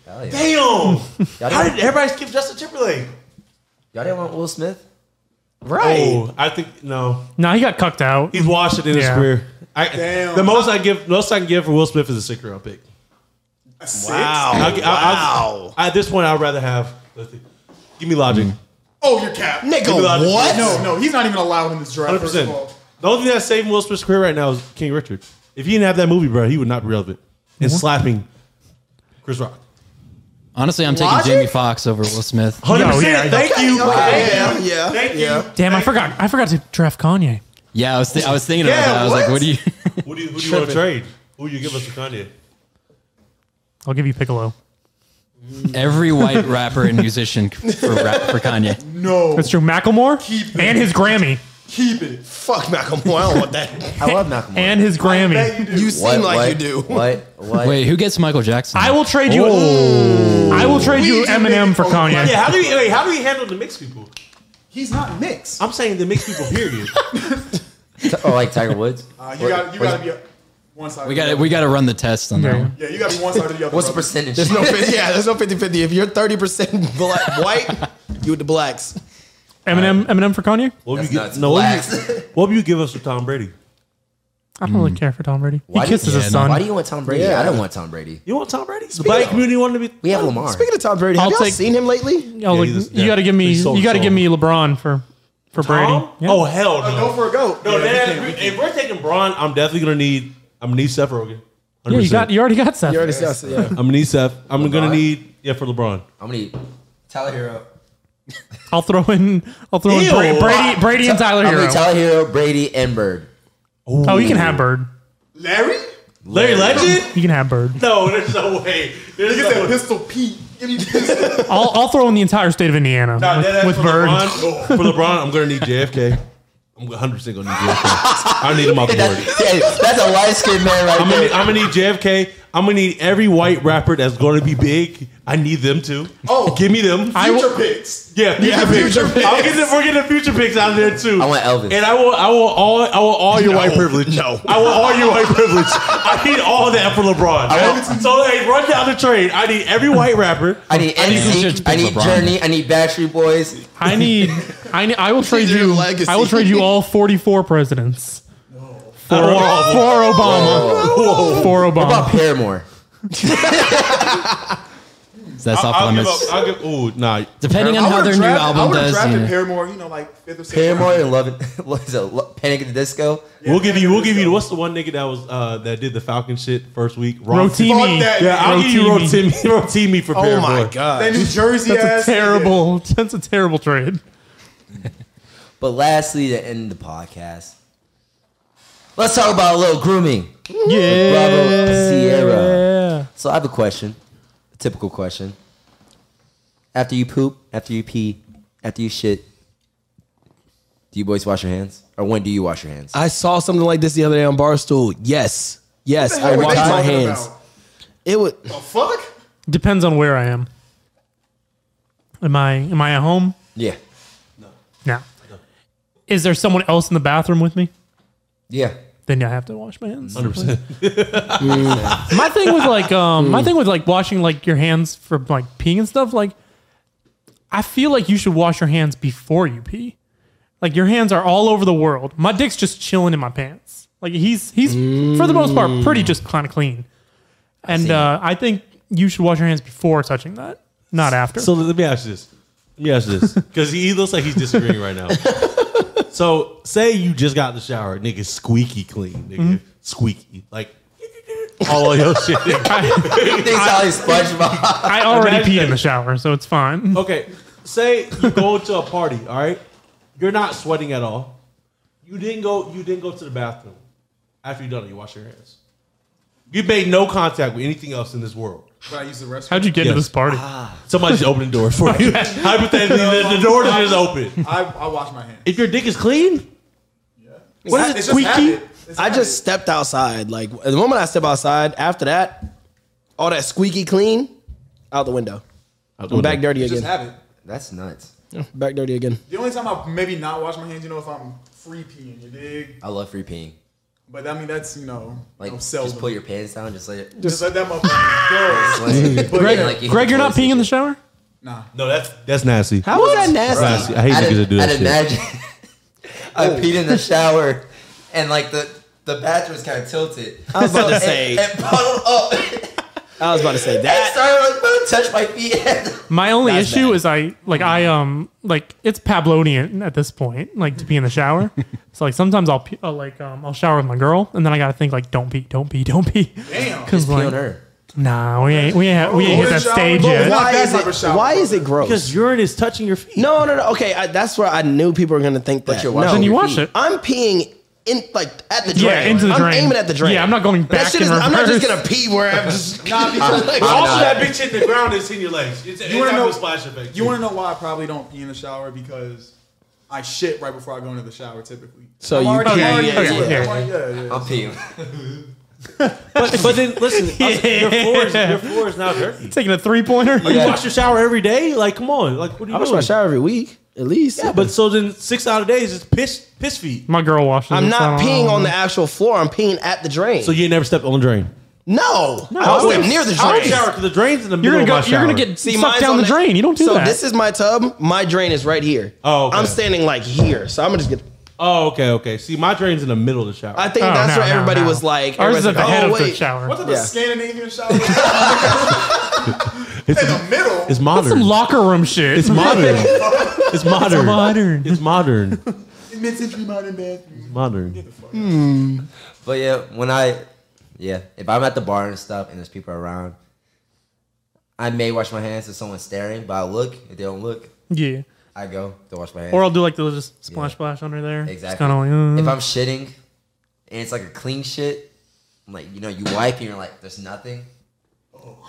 Damn! Y'all How didn't, did everybody skip Justin Timberlake? y'all didn't want Will Smith? Oh, I think no. Nah, he got cucked out. He's washed it in his Yeah. career. I, Damn. The most I give, most I can give for Will Smith is a six round pick. Six? I'll, I'll- I'll- at this point, I'd rather have. Let's see. Give me logic. Oh, you're cap. Give me Nigga, the- what? No, no, he's not even allowed in this draft. Hundred First of percent. all, The only thing that's saving Will Smith's career right now is King Richard. If he didn't have that movie, bro, he would not be relevant. And slapping Chris Rock. Honestly, I'm taking Logic? Jamie Foxx over Will Smith. Hundred yeah, percent. yeah. Thank you. Yeah, yeah, Thank you. yeah. Damn, I forgot. I forgot to draft Kanye. Yeah, I was, thi- I was thinking Yeah, about that. I was like, what? what do you? Who do you, who do you want to trade? Who you give us to Kanye? I'll give you Piccolo. Every white rapper and musician for, rap, for Kanye. no. That's true. Macklemore and his Grammy Keep it. Fuck Macklemore. I don't want that. I love Malcolm. and his Bet Grammy. you do. You seem like you do. What? What? Wait, who gets Michael Jackson? I will trade you. Oh. I will trade you We do Eminem make for it Kanye. Yeah, how do you wait, how do you handle the mixed people? He's not mixed. I'm saying the mixed people period. Or oh, like Tiger Woods? Uh, you got you got to be a- one side. we or the got other. we got to run the test on that Yeah. one. Yeah, you got to be one side or the other. What's the brother. percentage? There's no 50, yeah, there's no 50 50. If you're 30% black, white, you with the blacks. Eminem, Eminem for Kanye. What would That's you nuts. give, no, what Blacks. would you, what would you give us to Tom Brady? I don't really care for Tom Brady. Why he do you- kisses yeah, his no, son. Why do you want Tom Brady? I don't want Tom Brady. You want Tom Brady? The black community wanted to be. We have Lamar. Speaking of Tom Brady, have I'll y'all take- seen him lately? Oh, Yeah, like, he's a- you yeah. got to give me. He's so You got to sold. give me LeBron for for Brady. Tom? Yeah. Oh hell no! Go for a goat. no, Yeah, that- we can't- we if we're taking Braun, I'm definitely gonna need. I'm gonna need Seth Rogen. yeah, you got. You already got Seth. You already saw it, yeah. I'm gonna need Seth. I'm gonna LeBron? need yeah for LeBron. I'm gonna eat Tyler Hero. I'll throw in. I'll throw in Ew. Brady, Brady, Brady and Tyler I'm gonna Hero. eat Tyler Hero, Brady, and Bird. Oh, you can have Bird. Larry? Larry Legend? You can have Bird. No, there's no way. There's Look at no that pistol Pete. Give me this. I'll, I'll throw in the entire state of Indiana Nah, with, deadass with for Bird. LeBron, for LeBron, I'm gonna need JFK. I'm 100 percent gonna need JFK. I need him off the board. Hey, that's a light skinned man right I'm gonna, need, there. I'm gonna need JFK. I'm gonna need every white rapper that's gonna be big. I need them too. Oh. give me them. I will- Future picks. yeah, future Yeah, picks. future picks. I'll get the, we're getting the future picks out there too. I want Elvis. and I will. I will all. I will all your white privilege. No, I will all your white privilege. I need all that for LeBron. so hey, run down the train. I need every white rapper. I need NSYNC. I need Journey. I need Backstreet Boys. I need, I need. I will trade your you. legacy. I will trade you all 44 presidents For for Obama. For About Obama. Paramore. That's off I'll give up. limits. I'll give. Ooh, nah. Depending on I how would've their new drafted- I album would've does. drafted yeah. Paramore, you know, like fifth or sixth. Paramore round. and Love It. What is it? Lo- Panic at the Disco. We'll give you. We'll give you. What's the one nigga that was uh, that did the Falcon shit first week? Ron- Rotimi. that. Yeah, I'll give you Rotimi. Rotimi for Oh Paramore. my god. That New Jersey ass. That's a terrible. That's a terrible trade. But lastly, to end the podcast, let's talk about a little grooming. Yeah. Bravo Sierra. Yeah. So I have a question, a typical question. After you poop, after you pee, after you shit, do you boys wash your hands? Or when do you wash your hands? I saw something like this the other day on Barstool. Yes. Yes, I What washed they my talking hands. about? It would The fuck? Depends on where I am. Am I am I at home? yeah. No. Is there someone else in the bathroom with me? Yeah. Then I have to wash my hands. Hundred percent. Mm. My thing was like um my thing was like washing like your hands for like peeing and stuff. Like I feel like you should wash your hands before you pee. Like your hands are all over the world. My dick's just chilling in my pants. Like he's he's for the most part Mm. pretty just kind of clean. And uh, I think you should wash your hands before touching that, not after. So let me ask you this. Let me ask you this because he looks like he's disagreeing right now. So say you just got in the shower, nigga, squeaky clean, nigga, squeaky, like all your shit. nigga. They sound like SpongeBob. I already Imagine peed that. Oh. in the shower, so it's fine. Okay, say you go to a party, all right? You're not sweating at all. You didn't go. You didn't go to the bathroom. After you done it, you wash your hands. You made no contact with anything else in this world. But I use the restroom. How'd you get to Yes. this party? Ah. Somebody just opened the door for you. Hypothetically, the, the door just open. I, I wash my hands. If your dick is clean, What is it? Squeaky? I just stepped outside. Like the moment I step outside, after that, all that squeaky clean, out the window. I'm back dirty just again. have it. That's nuts. Back dirty again. The only time I maybe not wash my hands, you know, if I'm free peeing, you dig? I love free peeing. But I mean, that's, you know, Like, no, seldom. just pull your pants down, just let it. Just let that motherfucker go. Greg, Greg, you're not peeing in the shower? Nah. no, that's that's nasty. How was that nasty? nasty. I hate I'd, niggas that do I'd that shit. imagine I peed in the shower and like the the bathroom's kind of tilted. I was about to And- say. and bottled up. I was about to say I that. started like about to touch my feet. My only That's issue bad. is I like I um like it's Pavlovian at this point, like to be in the shower. so like sometimes I'll, pee, I'll like um I'll shower with my girl, and then I gotta think like don't pee, don't pee, don't pee. Damn. Cause on like her. nah, we ain't we ain't we ain't hit that Golden shower, stage golden yet. shower. Why that is type of it? shower. Why is it gross? Because urine is touching your feet. No, no, no. Okay, I, that's where I knew people were gonna think that. you're No. watching Then you watch it. I'm peeing in like at the drain. Yeah, into the I'm drain. aiming at the drain. Yeah, I'm not going back That shit in is. I'm not just reverse. gonna pee where I'm just. Nah, because like, Also, not. that bitch hitting the ground is in your legs. It's, you want to know? splash effect. You want to know why I probably don't pee in the shower because I shit right before I go into the shower typically. So I'm you already, pee. I'm already, Yeah, yeah, yeah, yeah. I'm already- yeah, yeah. I'm peeing. but, but then listen, us- your floor is your floor is now dirty. Taking a three pointer. You wash your shower every day. Like, come on. Like, what are you I wash doing? my shower every week at least. Yeah, but so then six out of days is piss piss feet. My girl washes. I'm it, so I not don't peeing know. on the actual floor. I'm peeing at the drain. So you ain't never stepped on the drain. no, I I don't would- step near the I would drain. shower because the drain's in the You're middle gonna of go. my You're gonna shower. get See, sucked mine's down on the drain. You don't do so that. this is my tub. My drain is right here. Oh, okay. I'm standing like here, so I'm gonna just get. Oh, okay, okay. See, my drain's in the middle of the shower. I think Oh, that's no, where no, everybody no. was like. Ours everybody's is at the like, head oh, of the wait. shower. What type Yeah. of Scandinavian shower? is that? it's, in the middle. it's That's modern. some locker room shit. it's modern. it's modern. modern. It's modern. Mid-century modern bathroom. Modern. But yeah, when I yeah, if I'm at the bar and stuff and there's people around, I may wash my hands if someone's staring, but I look. If they don't look, yeah. I go to wash my hands. Or I'll do like the just splash Yeah. splash under there. It's exactly. kind of like. uh, If I'm shitting and it's like a clean shit, I'm like, you know, you wipe and you're like, there's nothing.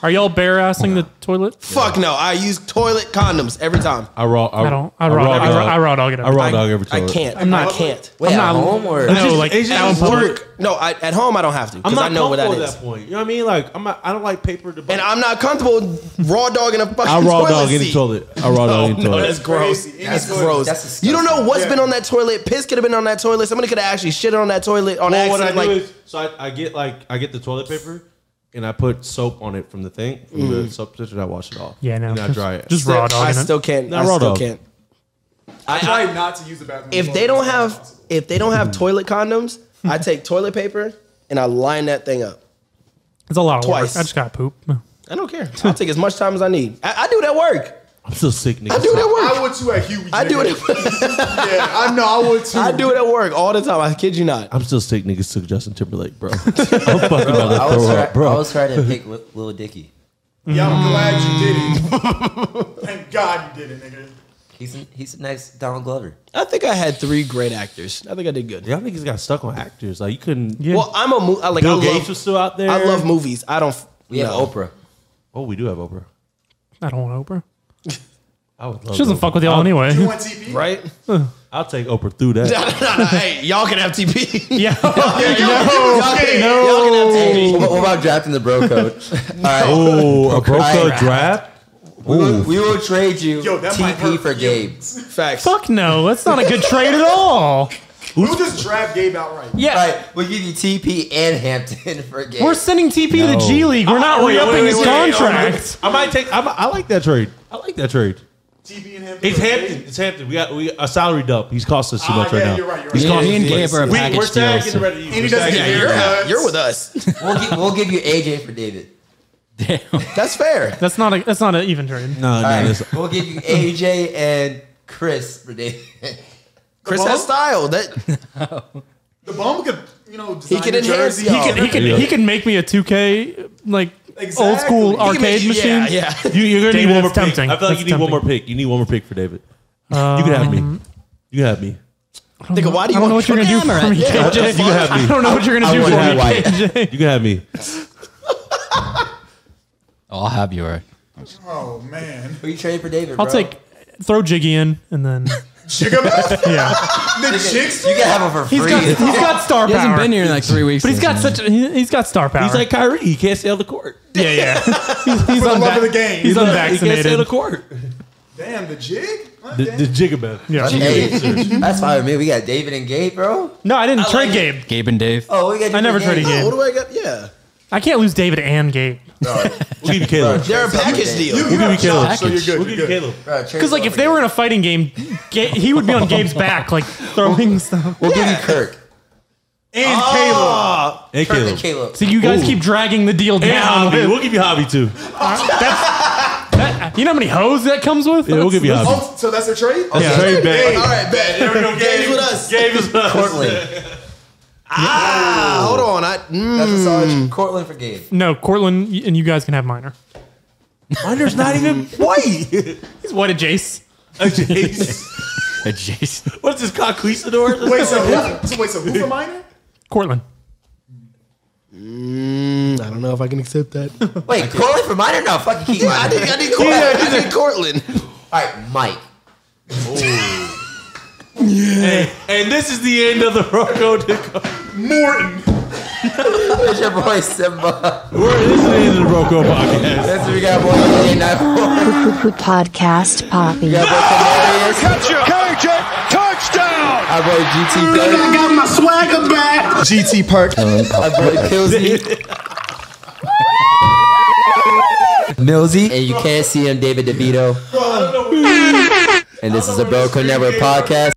Are y'all bare assing the toilet? Fuck no. I use toilet condoms every time. I raw. I, I don't- I raw dog- I raw- I raw dog it I raw up. dog every time. I can't. I'm not. I can't. Wait, at home or No, like it's out in just public. work. No, I, at home I don't have to I'm because I not know what that comfortable at is. that point. You know what I mean? Like I'm not. I don't like paper. To And I'm not comfortable raw dogging a fucking I raw toilet dog in seat. the toilet. I raw dog in the No, toilet. Oh, that's gross. Crazy. That's Any gross. That's disgusting. you don't know what's Yeah. been on that toilet. Piss could have been on that toilet. Somebody could have actually shit on that toilet on Well, what I accident. do Like, is, so I, I get like I get the toilet paper and I put soap on it from the thing from the soap dish and I wash it off. Yeah, no. And I dry it. Just raw still, I dogging it. still can't. Not I raw still dog. can't. I try not to use the bathroom. If they don't have, if they don't have toilet condoms, I take toilet paper and I line that thing up. It's a lot of Twice. work. I just got poop. I don't care. I'll take as much time as I need. I, I do that work. I'm still sick, nigga. I do that work. I would too at Huey. I do it. nigga. Yeah, I know. I would too. I do it at work all the time. I kid you not. I'm still sick, niggas took Justin Timberlake, bro. I'm fucking about I to was, throw try, up, bro. I was trying to pick Li- Lil Dicky. Yeah, I'm glad you did it. Thank God you did it, nigga. He's a, he's a nice Donald Glover. I think I had three great actors. I think I did good. Y'all niggas got stuck on actors. Like you couldn't. Yeah. Well, I'm a mo- I, like Bill I Gates love, was still out there. I love movies. I don't. We have no. Oprah. Oh, we do have Oprah. I don't Oh. want Oprah. I would love She doesn't Oprah. fuck with y'all I'll- anyway. You want TP? Right? I'll take Oprah through that. hey, y'all can have TP. Yeah. y'all, can, y'all can have TP. Hey, what, what about drafting the bro code? All right. Oh, a bro code draft. We will, we will trade you Yo, that might TP hurt for you. Gabe. Facts. Fuck no. That's not a good trade at all. We'll just draft Gabe outright. Yeah. All right, we'll give you TP and Hampton for Gabe. We're sending TP to No. the G League. We're not re upping his contract. I might take. I, might- I like that trade. I like that trade. TP and him. It's Hampton. It's Hampton. We got we a salary dump. He's cost us too Ah, much right yeah, now. you're right, you're He's right. cost He and us Gabe way- are a We- We're package sad deal, getting so- ready. And he doesn't get You're, haircuts. you're with us. we'll, gi- we'll give you AJ for David. Damn. That's fair. That's not a. That's not an even trade. No, no, All right, that's- we'll give you AJ and Chris for David. Chris has style. That The bomb could, you know, design could a enhance jersey. y'all. He He can. Yeah. He can make me a 2K like old Exactly. He school can arcade make- machine. yeah, yeah. You, you're gonna need David, one more that's tempting. pick. I feel like you That's need one tempting. more pick. You need one more pick for David. you can have me. You can have me. nigga, why do I you don't know want what you're gonna do for Camera. me, You can KJ. have I me. don't know what you're gonna I do for would have me, white. KJ. You can have me. Oh, I'll have you. all right. Oh man, Who you trading for David? I'll bro? take throw Jiggy in and then Jigga, yeah. the chicks. You can have him for He's free. got he's got star He power. hasn't been here in like three weeks. But he's got such a, he- he's got star power. He's like Kyrie. He can't sail the court. yeah yeah. he's he's, the love unva- of the game. he's He can't sail the unvaccinated. court. Damn, the jig. Huh, The, damn. the Jigabeth. Yeah. Hey, that's fine with me. We got David and Gabe, bro. No, I didn't trade like it. Gabe. Gabe and Dave. Oh, we got. I never David traded and Gabe. What do I got? Yeah. I can't lose David and Gabe We'll give you Caleb. They're Trade someone a for package David. deal. you you give you have Caleb. jobs, so you're We'll good. give You're you good. Caleb. Bro, trade because like someone if for they were in Gabe. a fighting game, Ga- he would be on Gabe's back like throwing stuff. we'll give you Kirk. And Caleb. Ah. And Kirk and Caleb. Caleb. So you guys Ooh. keep dragging the deal And down. Hobby. We'll give you Hobby too. you know how many hoes that comes with? Yeah, we'll give you Hobby. Oh, so that's a trade. That's Hey, very bad. all right, bet. There we go. Gabe's with us. Gabe is us. Courtland. Ah, hold on. I, mm, That's a solid. Courtland for Gabe. No, Cortland y- and you guys can have minor. Miner's not even white. He's white at Jace. Jason. What's this conquistador? Wait, so who? So wait, so who's a minor? Cortland. I don't know if I can accept that. Wait, Courtland for minor? No, fucking keep I minor. did. I did. Cort- I did Cortland. All right, Mike. And this is the end of the Rocco Dick. Morton. That's your boy Simba. We're this is the end of the Rocco podcast. That's what we got, boy. Monday Night Football. Poo Podcast Poppy. We got boy Canarius. KJ, touchdown! Our boy GT Perk. I got my swagger back. GT Park. Our boy Millsy. Millsy. And you can't see him, David DeVito. And this is the Broco Network podcast.